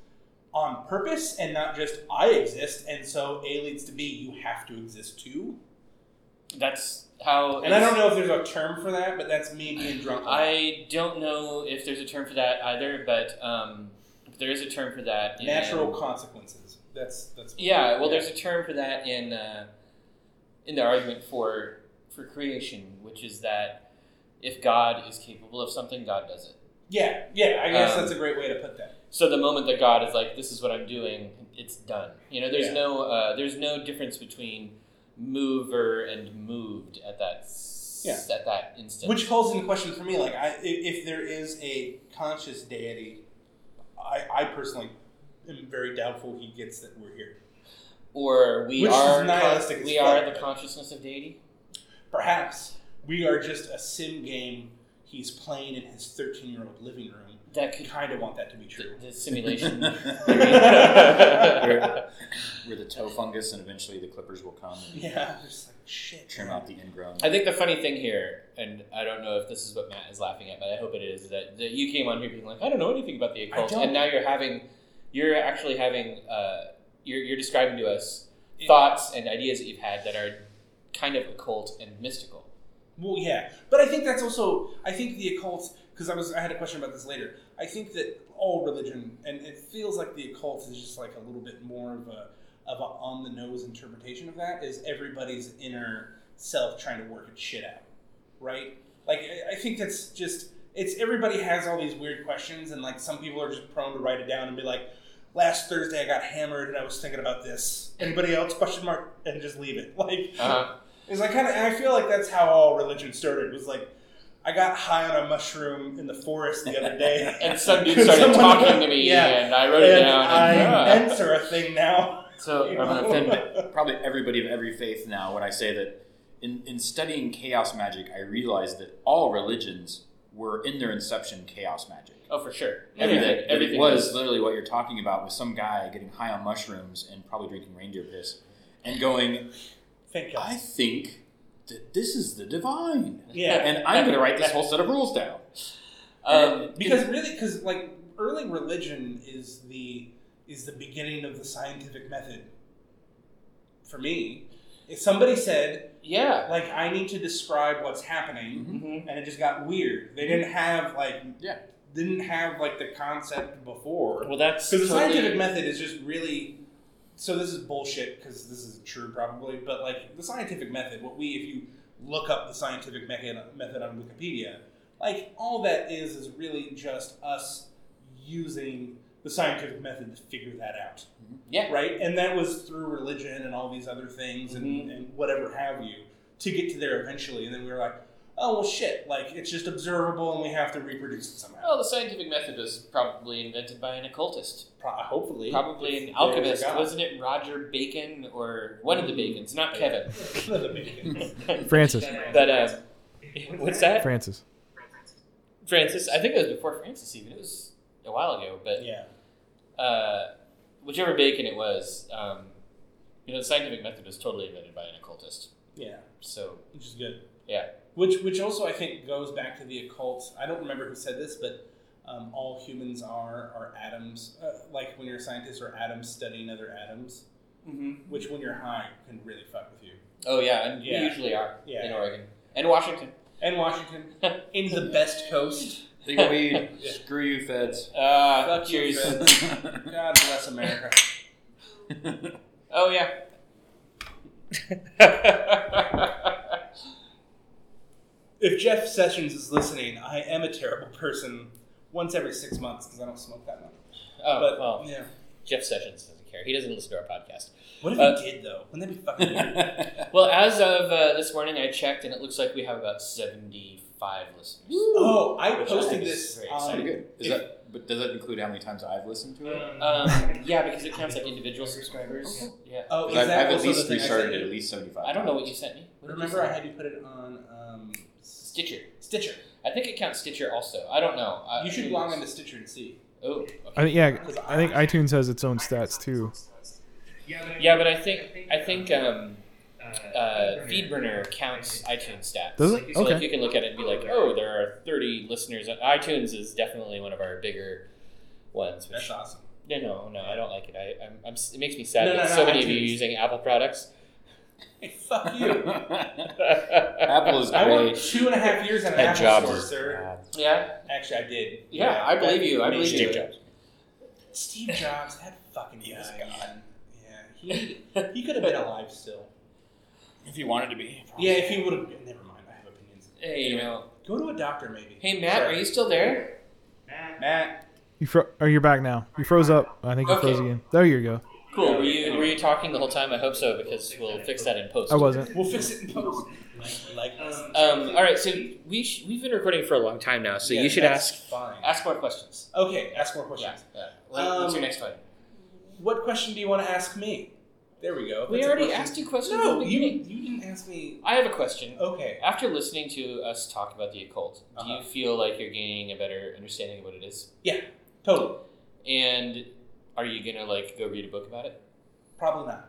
on purpose and not just I exist and so A leads to B you have to exist too. That's how. And I it's- don't know if there's a term for that, but that's me being drunk. I don't know if there's a term for that either, but um, there is a term for that. in- natural consequences. That's that's Yeah, well, there's a term for that in uh, in the argument for for creation, which is that if God is capable of something, God does it. yeah yeah. I guess Um, that's a great way to put that. So the moment that God is like, "This is what I'm doing," it's done. You know, there's Yeah. no uh, there's no difference between mover and moved at that s- Yeah. at that instant. Which calls into question for me, like I, i- if there is a conscious deity, I, I personally am very doubtful he gets that we're here. or we which is are nihilistic as we fuck, are the but- consciousness of deity. Perhaps we are just a sim game he's playing in his thirteen-year-old living room. That I could kind of want that to be the, true. the simulation. We're- We're the toe fungus, and eventually the clippers will come and Yeah, just like shit. trim out the ingrown. I think the funny thing here, and I don't know if this is what Matt is laughing at, but I hope it is, that, that you came on here being like, I don't know anything about the occult, don't. and now you're having, you're actually having, uh, you're, you're describing to us thoughts and ideas that you've had that are kind of occult and mystical. Well, yeah, but I think that's also I think the occult because I was I had a question about this later. I think that all religion and it feels like the occult is just like a little bit more of a of a on the nose interpretation of that is everybody's inner self trying to work its shit out, right? Like I- I think that's just it's everybody has all these weird questions, and like some people are just prone to write it down and be like, "Last Thursday I got hammered and I was thinking about this." Anybody else? Question mark and just leave it. Like Uh-huh. it's like kind of, and I feel like that's how all religion started. Was like, I got high on a mushroom in the forest the other day, And some dude started Someone- talking to me, Yeah. and I wrote it and down. I And, uh, ments are a thing now. so I'm you gonna know? offend probably everybody of every faith now when I say that in, in studying chaos magic, I realized that all religions were in their inception chaos magic. Oh, for sure. Everything, Everything. that Everything it was literally what you're talking about with some guy getting high on mushrooms and probably drinking reindeer piss and going, Thank I God. think that this is the divine. Yeah, And I'm going to write this whole set of rules down. Um, because really, because like early religion is the is the beginning of the scientific method. For me, if somebody said yeah. like I need to describe what's happening, Mm-hmm. and it just got weird. They didn't have like Yeah. didn't have like the concept before. Well, that's Because the totally- scientific method is just really. So this is bullshit because this isn't true probably, but like the scientific method, what we if you look up the scientific mecha- method on Wikipedia, like all that is is really just us using the scientific method to figure that out. Mm-hmm. Yeah. Right? And that was through religion and all these other things Mm-hmm. and, and whatever have you to get to there eventually. And then we were like, oh well shit, like it's just observable and we have to reproduce it somehow. Well, the scientific method was probably invented by an occultist, Pro- hopefully. probably if an there's a alchemist. God. Wasn't it Roger Bacon or one of the Bacons, not Kevin? Francis. But uh, what's that? Francis. Francis. I think it was before Francis. Even it was a while ago. But yeah. uh, whichever Bacon it was, um, you know, the scientific method was totally invented by an occultist. Yeah. So Which is good. Yeah. Which which also I think goes back to the occult. I don't remember who said this, but um, all humans are are atoms. Uh, like when you're a scientist, are atoms studying other atoms. Mm-hmm. Which when you're high can really fuck with you. oh yeah, and Yeah. we usually are Yeah. in Oregon and Washington. And Washington in the best coast. Think of weed. Screw you, feds. Uh, Fuck you, cheers. Fred. God bless America. Oh yeah. If Jeff Sessions is listening, I am a terrible person. Once every six months because I don't smoke that much. Oh, But well, yeah. Jeff Sessions doesn't care. He doesn't listen to our podcast. What if Uh, he did though? Wouldn't that be fucking weird? Well, as of uh, this morning, I checked, and it looks like we have about 75 listeners. oh, I Which posted I was this. very on- Pretty good. Is if- that, but does that include how many times I've listened Uh, to it? Um, yeah, because it counts like individual subscribers. Yeah. Oh, is Because I've, that I've at also least the thing I restarted said? it at least 75 I don't know what you sent me. What did you Remember, I send? had you put it on um, Sti- Stitcher. Stitcher. I think it counts Stitcher also. I don't know. I, You should log into Stitcher and see. Oh, I okay. think yeah, I think iTunes has its own stats too. Yeah, but I, Yeah, but I think I think um, uh, uh, FeedBurner counts iTunes stats. Does it? So like Okay. you can look at it and be like, oh, there are 30 listeners. iTunes is definitely one of our bigger ones. Which That's awesome. No, no, no. I don't like it. I, I'm, I'm, it makes me sad No, no, that no, so many of you are iTunes. using Apple products. Hey, fuck you. Apple is I worked great. two and a half years in an Ed Apple Jobs store, is sir. bad. yeah, Actually, I did. Yeah, I believe you. that I believe made you. me- Steve Jobs, that fucking guy. Yes, man. Yeah, he, he could have been alive still. If you wanted to be. Yeah, if he would have. Never mind. I have opinions. Hey, you know. Go to a doctor, maybe. Hey, Matt, Sorry. are you still there? Matt, Matt. You fro- oh, you're back now. You froze up. I think you froze Okay. again. There you go. Cool. Were you were you talking the whole time? I hope so because we'll fix that in post. I wasn't. We'll fix it in post. Like, like Um, Um, all right. So we sh- we've been recording for a long time now, so Yeah, you should that's ask Fine. ask more questions. Okay, ask more questions. Yeah. yeah. What- What's your Um, next one? What question do you want to ask me? There we go. We That's a already question. asked you questions. at No, the you beginning. you didn't ask me. I have a question. Okay. After listening to us talk about the occult, do Uh-huh. you feel like you're gaining a better understanding of what it is? Totally. And are you gonna like go read a book about it? Probably not.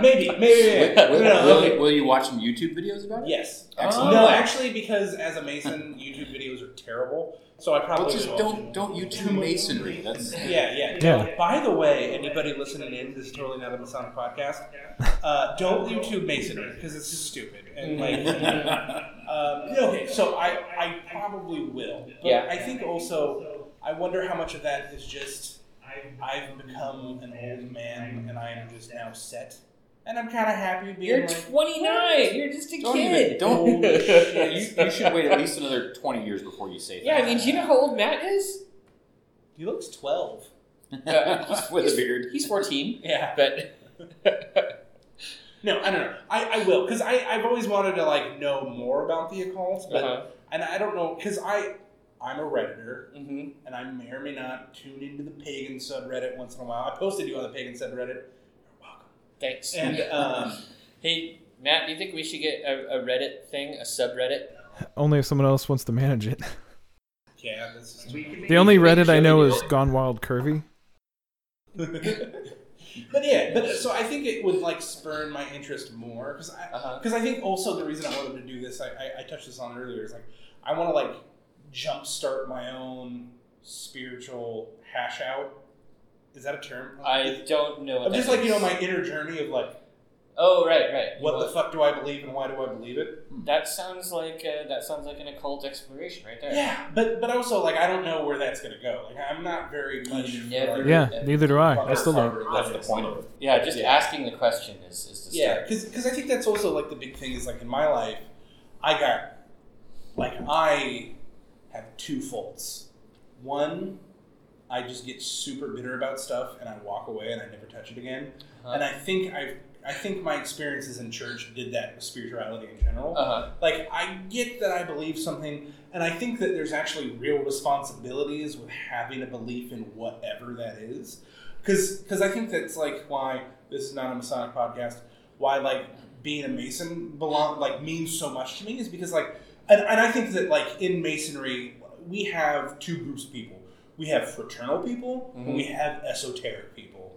Maybe. Maybe. maybe. Will, No, no, will- okay. will you watch some YouTube videos about it? Yes. Excellent. No, actually, because as a Mason, YouTube videos are terrible, so I Well, probably just will. don't don't YouTube masonry. That's Yeah, yeah. Yeah. Uh, By the way, anybody listening in, this is totally not a Masonic podcast. Uh, don't YouTube masonry because it's just stupid and Mm-hmm. like. Um, okay, so I, I probably will. But Yeah. I think also I wonder how much of that is just I've become an old man and I am just now set. And I'm kind of happy being You're like, 29. You're just a Don't even. kid. Don't. Holy you, shit. you should wait at least another twenty years before you say Yeah, I mean, do you know how old Matt is? he looks 12. that. Yeah. with a beard. He's 14. Yeah. But No, I don't know. I, I will, because I've always wanted to, like, know more about the occult, but, uh-huh. and I don't know, because I, I'm a Redditor, hmm and I may or may not tune into the pagan subreddit once in a while. I posted you on the pagan subreddit. You're welcome. thanks. And, um, hey, Matt, do you think we should get a, a Reddit thing, a subreddit? Only if someone else wants to manage it. yeah, this is We can The only Reddit I know is Gone Wild Curvy. but yeah, but so I think it would like spurn my interest more because I Uh-huh. because I think also the reason I wanted to do this, I, I, I touched this on earlier, is like I want to like jumpstart my own spiritual hash out. Is that a term? I don't know. What I'm that just like you know is. my inner journey of like Oh right, right. what Well, the fuck do I believe and why do I believe it? That sounds like uh, that sounds like an occult exploration right there. Yeah, but but also like I don't know where that's gonna go. Like I'm not very much. for, never- like, Yeah, neither do I. I still don't. proper That's the religious point of it. Yeah, just Yeah. asking the question is is to Yeah, start. because I think that's also like the big thing is like in my life, I got like I have two faults. One, I just get super bitter about stuff and I walk away and I never touch it again. Uh-huh. And I think I I think my experiences in church did that with spirituality in general. Uh-huh. Like I get that I believe something, and I think that there's actually real responsibilities with having a belief in whatever that is, because I think that's like why this is not a Masonic podcast. Why like being a Mason belong like means so much to me is because like, and, and I think that like in Masonry we have two groups of people. We have fraternal people Mhm. and we have esoteric people,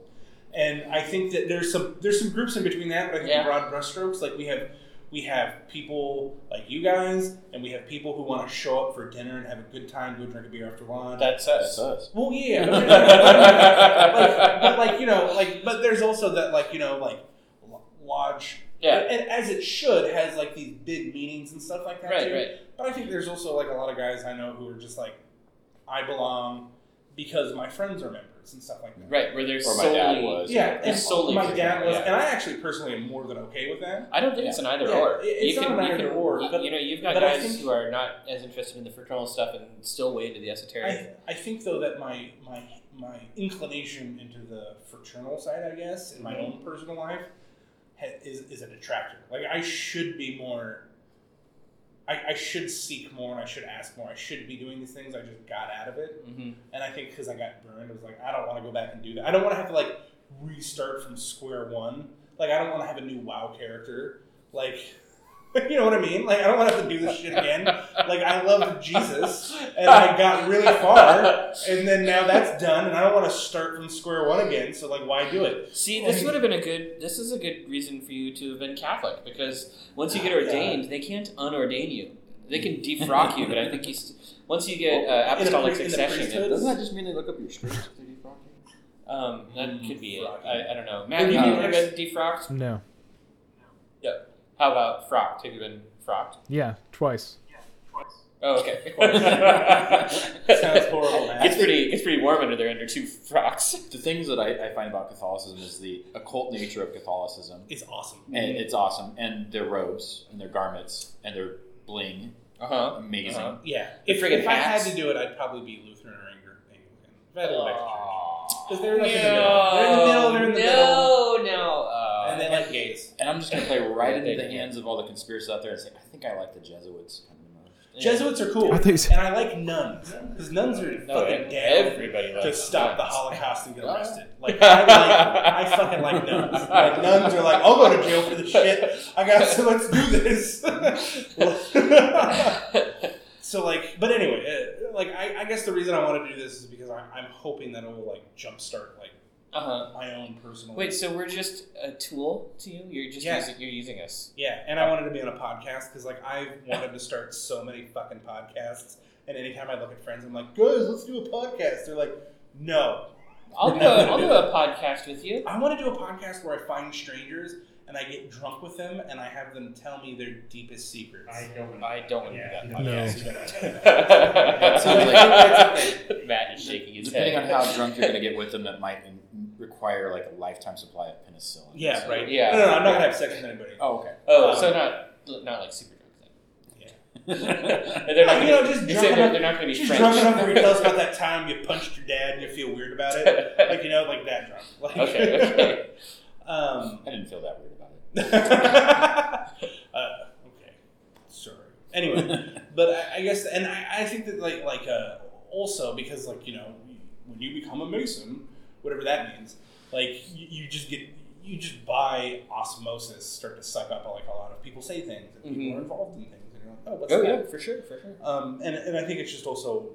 and I think that there's some there's some groups in between that. But I think Yeah. broad brushstrokes like we have we have people like you guys, and we have people who want to show up for dinner and have a good time, go drink a beer after lunch. That's us. That's us. well, yeah, like, but like you know, like but there's also that like you know like lo- lodge, Yeah. and, and as it should has like these big meetings and stuff like that Right, too. right. But I think there's also like a lot of guys I know who are just like, I belong because my friends are members and stuff like that. Right, where they're Or my solely dad was. Yeah, and It's solely my dad different, was, yeah. and I actually personally am more than okay with that. I don't think it's an either Yeah, or. it- it's you not can, an you can- either or, you- but- you know, you've got but I guys think- who are not as interested in the fraternal stuff and still way into the esoteric. I, I think though that my my my inclination into the fraternal side, I guess, in my own personal life, ha, is is an attractor. Like I should be more. I, I should seek more and I should ask more. I should be doing these things. I just got out of it, hmm and I think because I got burned, I was like, I don't want to go back and do that. I don't want to have to like restart from square one. Like I don't want to have a new WoW character. Like. You know what I mean? Like I don't want to have to do this shit again. Like I love Jesus, and I got really far, and then now that's done, and I don't want to start from square one again. So like, why do it? See, this would have been a good. This is a good reason for you to have been Catholic because once you get Oh, God. ordained, they can't unordain you. They can defrock you, but I think you st- once you get in uh, a apostolic pri- in a succession, priesthood? it, Doesn't that just mean they look up your street? um, Mm-hmm. that could be it. Frocking. I, I don't know. Matt, Would you have be you ever been like- defrocked? No. How about frocked? Have you been frocked? Yeah, twice. Oh, okay. Sounds horrible, man. It's pretty. It's pretty warm under there under two frocks. the things that I, I find about Catholicism is the occult nature of Catholicism, It's awesome. and it's awesome. And their robes and their garments and their bling, Uh huh. amazing. Uh-huh. Yeah. The If, friggin' if I had hats. to do it, I'd probably be Lutheran or Angr- Anglican. If I had to go back to church. Aw. 'Cause they're like in the middle. They're in the middle, they're in the no, no. Oh. And they like gays. And I'm just gonna play right Yeah, into the they- hands of all the conspiracists out there and say, I think I like the Jesuits. kind of the most." Yeah. Jesuits are cool, I thought you said- and I like nuns because nuns are No, fucking down everybody loves to stop the nuns. Holocaust and get arrested. Like I, like, I fucking like nuns. Like nuns are like, I'll go to jail for this shit. I got so let's do this. So like, but anyway, uh, like I, I guess the reason I wanted to do this is because I'm, I'm hoping that it will like jumpstart like uh-huh. my own personal. Wait, so we're just a tool to you? You're just Yeah. using, you're using us. Yeah, and I wanted to be on a podcast because like I wanted to start so many fucking podcasts, and anytime I look at friends, I'm like, guys, let's do a podcast. They're like, no, I'll do a, I'll do a podcast with you. I want to do a podcast where I find strangers and I get drunk with them and I have them tell me their deepest secrets. I don't. I don't want to Yeah. do that. No. podcast. Sounds Matt is shaking his Depending head. on how drunk you're going to get with them, that might in- require like a lifetime supply of penicillin. yeah, So- right. Yeah. No, no, no, I'm not gonna have sex with anybody. Oh, okay. oh, so not not like super drunk then. And They're not No, you gonna, know, just you drunk said they're, enough- they're not going to be Just drunk enough where you tell us French. about that time you punched your dad and you feel weird about it. Like you know, like that drunk. Like, okay, okay. um, I didn't feel that weird about it. uh, okay, sorry. Anyway, but I, I guess, and I, I think that like like uh, also because like you know when you become a mason, whatever that means, like you, you just get you just by osmosis start to suck up like a lot of people say things and people are involved in things and you're like oh what's that? for sure, for sure. Um, and, and I think it's just also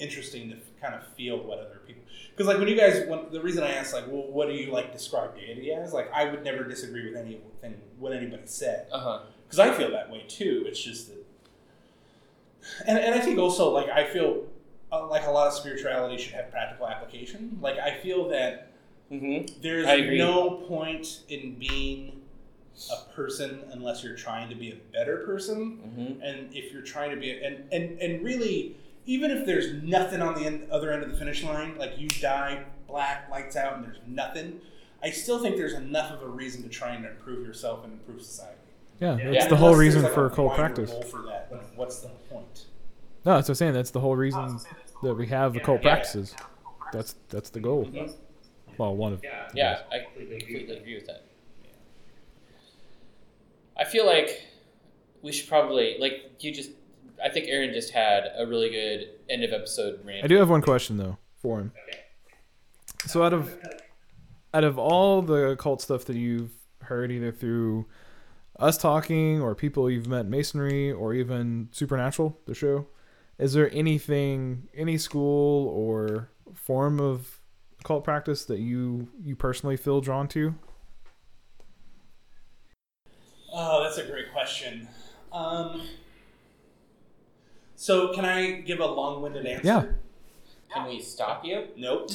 interesting to f- kind of feel what other people because like when you guys when, the reason I asked like well what do you like describe deity as like I would never disagree with anything what anybody said Uh huh. because I feel that way too it's just that and, and I think also like I feel uh, like a lot of spirituality should have practical application like I feel that Mm-hmm. there's I agree. no point in being a person unless you're trying to be a better person. Mhm. And if you're trying to be, a, and, and, and really, even if there's nothing on the end, other end of the finish line, like you die, black, lights out, and there's nothing, I still think there's enough of a reason to try and improve yourself and improve society. Yeah, Yeah. that's Yeah. the whole Unless there's, reason like, for a cult wider practice. goal for that, like, what's the point? No, that's what I'm saying. That's the whole reason that we have occult Yeah. practices. That's that's the goal. Well, one of Yeah. Yeah, I Completely agree with completely that. agree with that. I feel like we should probably like you just. I think Aaron just had a really good end of episode rant. I do have one question though for him. So out of out of all the occult stuff that you've heard either through us talking or people you've met in masonry or even supernatural the show is there anything any school or form of occult practice that you you personally feel drawn to Oh, that's a great question. Um, so, can I give a long winded answer? Yeah. Can we stop you? Uh-huh, Nope.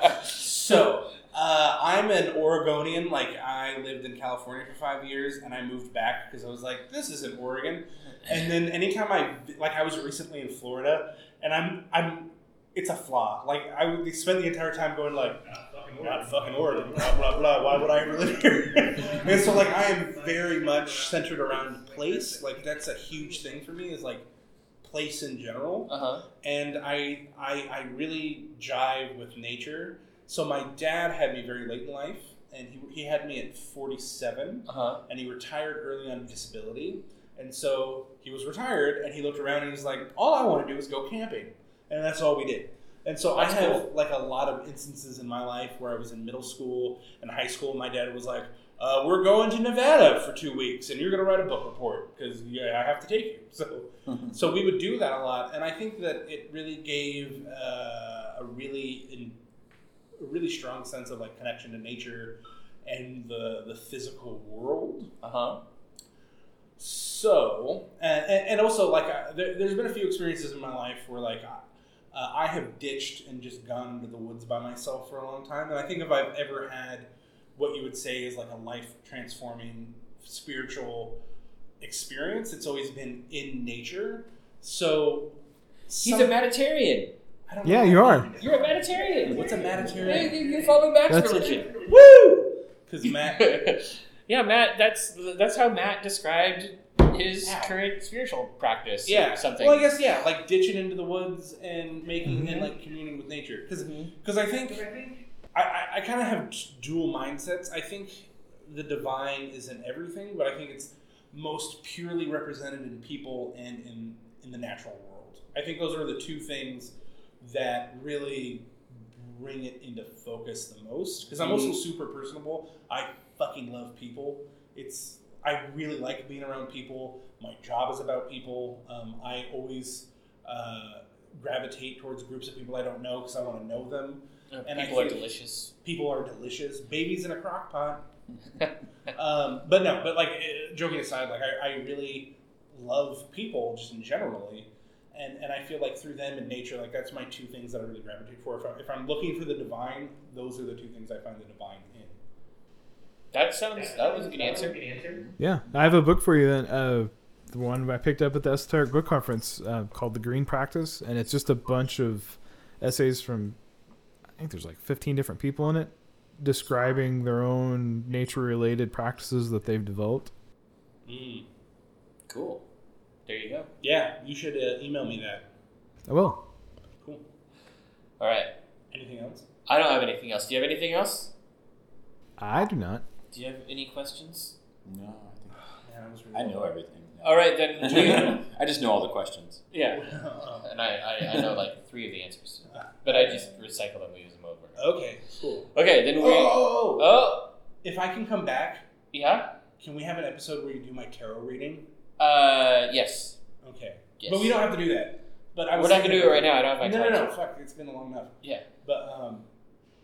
okay. so, uh, I'm an Oregonian. Like, I lived in California for five years, and I moved back because I was like, this isn't Oregon. And then anytime I like, I was recently in Florida, and I'm I'm. It's a flaw. Like I would spend the entire time going like, Not fucking not worth it. fucking Oregon, blah blah blah. Why would I ever live here? and so like I am very much centered around place. Like that's a huge thing for me is like place in general Uh huh. and I, I I really jive with nature. So my dad had me very late in life, and he, he had me at 47, Uh huh. and he retired early on disability. And so he was retired, and he looked around and he was like, "All I want to do is go camping," and that's all we did. And so That's I have like a lot of instances in my life where I was in middle school and high school. My dad was like, uh, "We're going to Nevada for two weeks, and you're going to write a book report because yeah, I have to take you." So so we would do that a lot, and I think that it really gave uh, a really in, a really strong sense of like connection to nature and the the physical world. Uh huh. So and, and and also like I, there, there's been a few experiences in my life where like. I, uh, I have ditched and just gone into the woods by myself for a long time, and I think if I've ever had what you would say is like a life transforming spiritual experience, it's always been in nature. So He's some- a Manitarian. I don't Yeah, know. you are. You're a Manitarian. What's a Hey, Manitarian? you, you follow Matt's That's- religion. Woo! Because Matt. yeah, Matt. That's that's how Matt described his Ow. current spiritual practice. or Yeah. something. Well, I guess yeah, like ditching into the woods and Mm-hmm. making and like communing with nature. Because Mhm. I think I I, I kind of have t- dual mindsets. I think the divine is in everything, but I think it's most purely represented in people and in in the natural world. I think those are the two things that really bring it into focus the most. Because I'm also super personable. I fucking love people. It's I really like being around people. My job is about people. Um, I always uh, gravitate towards groups of people I don't know because I want to know them. Uh, and I people are think- delicious. People are delicious. Babies in a crock pot. um, but no, but like eh, joking aside, like I, I really love people just in generally. And, and I feel like through them and nature, like that's my two things that I really gravitate for. If, I, if I'm looking for the divine, those are the two things I find the divine in. That sounds. That was a good answer. Good answer. Yeah, I have a book for you then. Uh, the one I picked up at the Esoteric Book Conference uh, called "The Green Practice," and it's just a bunch of essays from I think there's like 15 different people in it, describing their own nature-related practices that they've developed. Mm. Cool. There you go. Yeah, you should uh, email me that. I will. All right. Anything else? I don't have anything else. Do you have anything else? I do not. Do you have any questions? No, Man, I was I, think, I know everything. All right then. we- I just know all the questions. yeah. And I, I, I know like three of the answers, but I just recycle them. We use them over. Okay, cool. Okay. Then Oh, we. oh, oh, Oh. if I can come back, Yeah. can we have an episode where you do my tarot reading? Uh. Yes. Okay. Yes. But we don't have to do that. But I We're was not gonna thinking- do it right now. I don't have my No, time. no, no. Fuck, it's been long enough. Yeah. But um,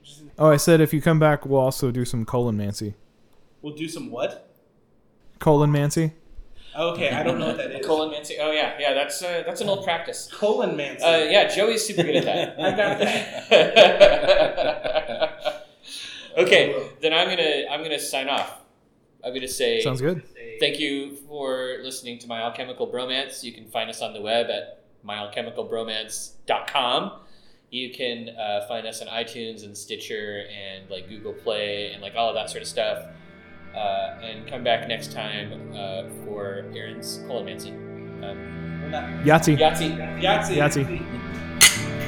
just, Oh, I said if you come back, we'll also do some colon mancy. we'll do some what? Colon mancy. Okay, I don't know what that is. Colon Mancy. Oh yeah, yeah. That's uh, that's an old practice. Colon Manson. Uh, yeah, Joey's super good at that. I got that. okay, then I'm gonna I'm gonna sign off. I'm gonna say Sounds good. thank you for listening to My Alchemical Bromance. You can find us on the web at myalchemicalbromance.com. You can uh, find us on iTunes and Stitcher and like Google Play and like all of that sort of stuff. Uh, and come back next time uh, for Aaron's colon Mancy. Um, Yahtzee. Yahtzee. Yahtzee. Yahtzee.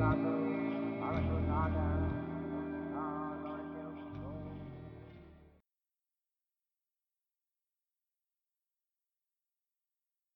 Thank you.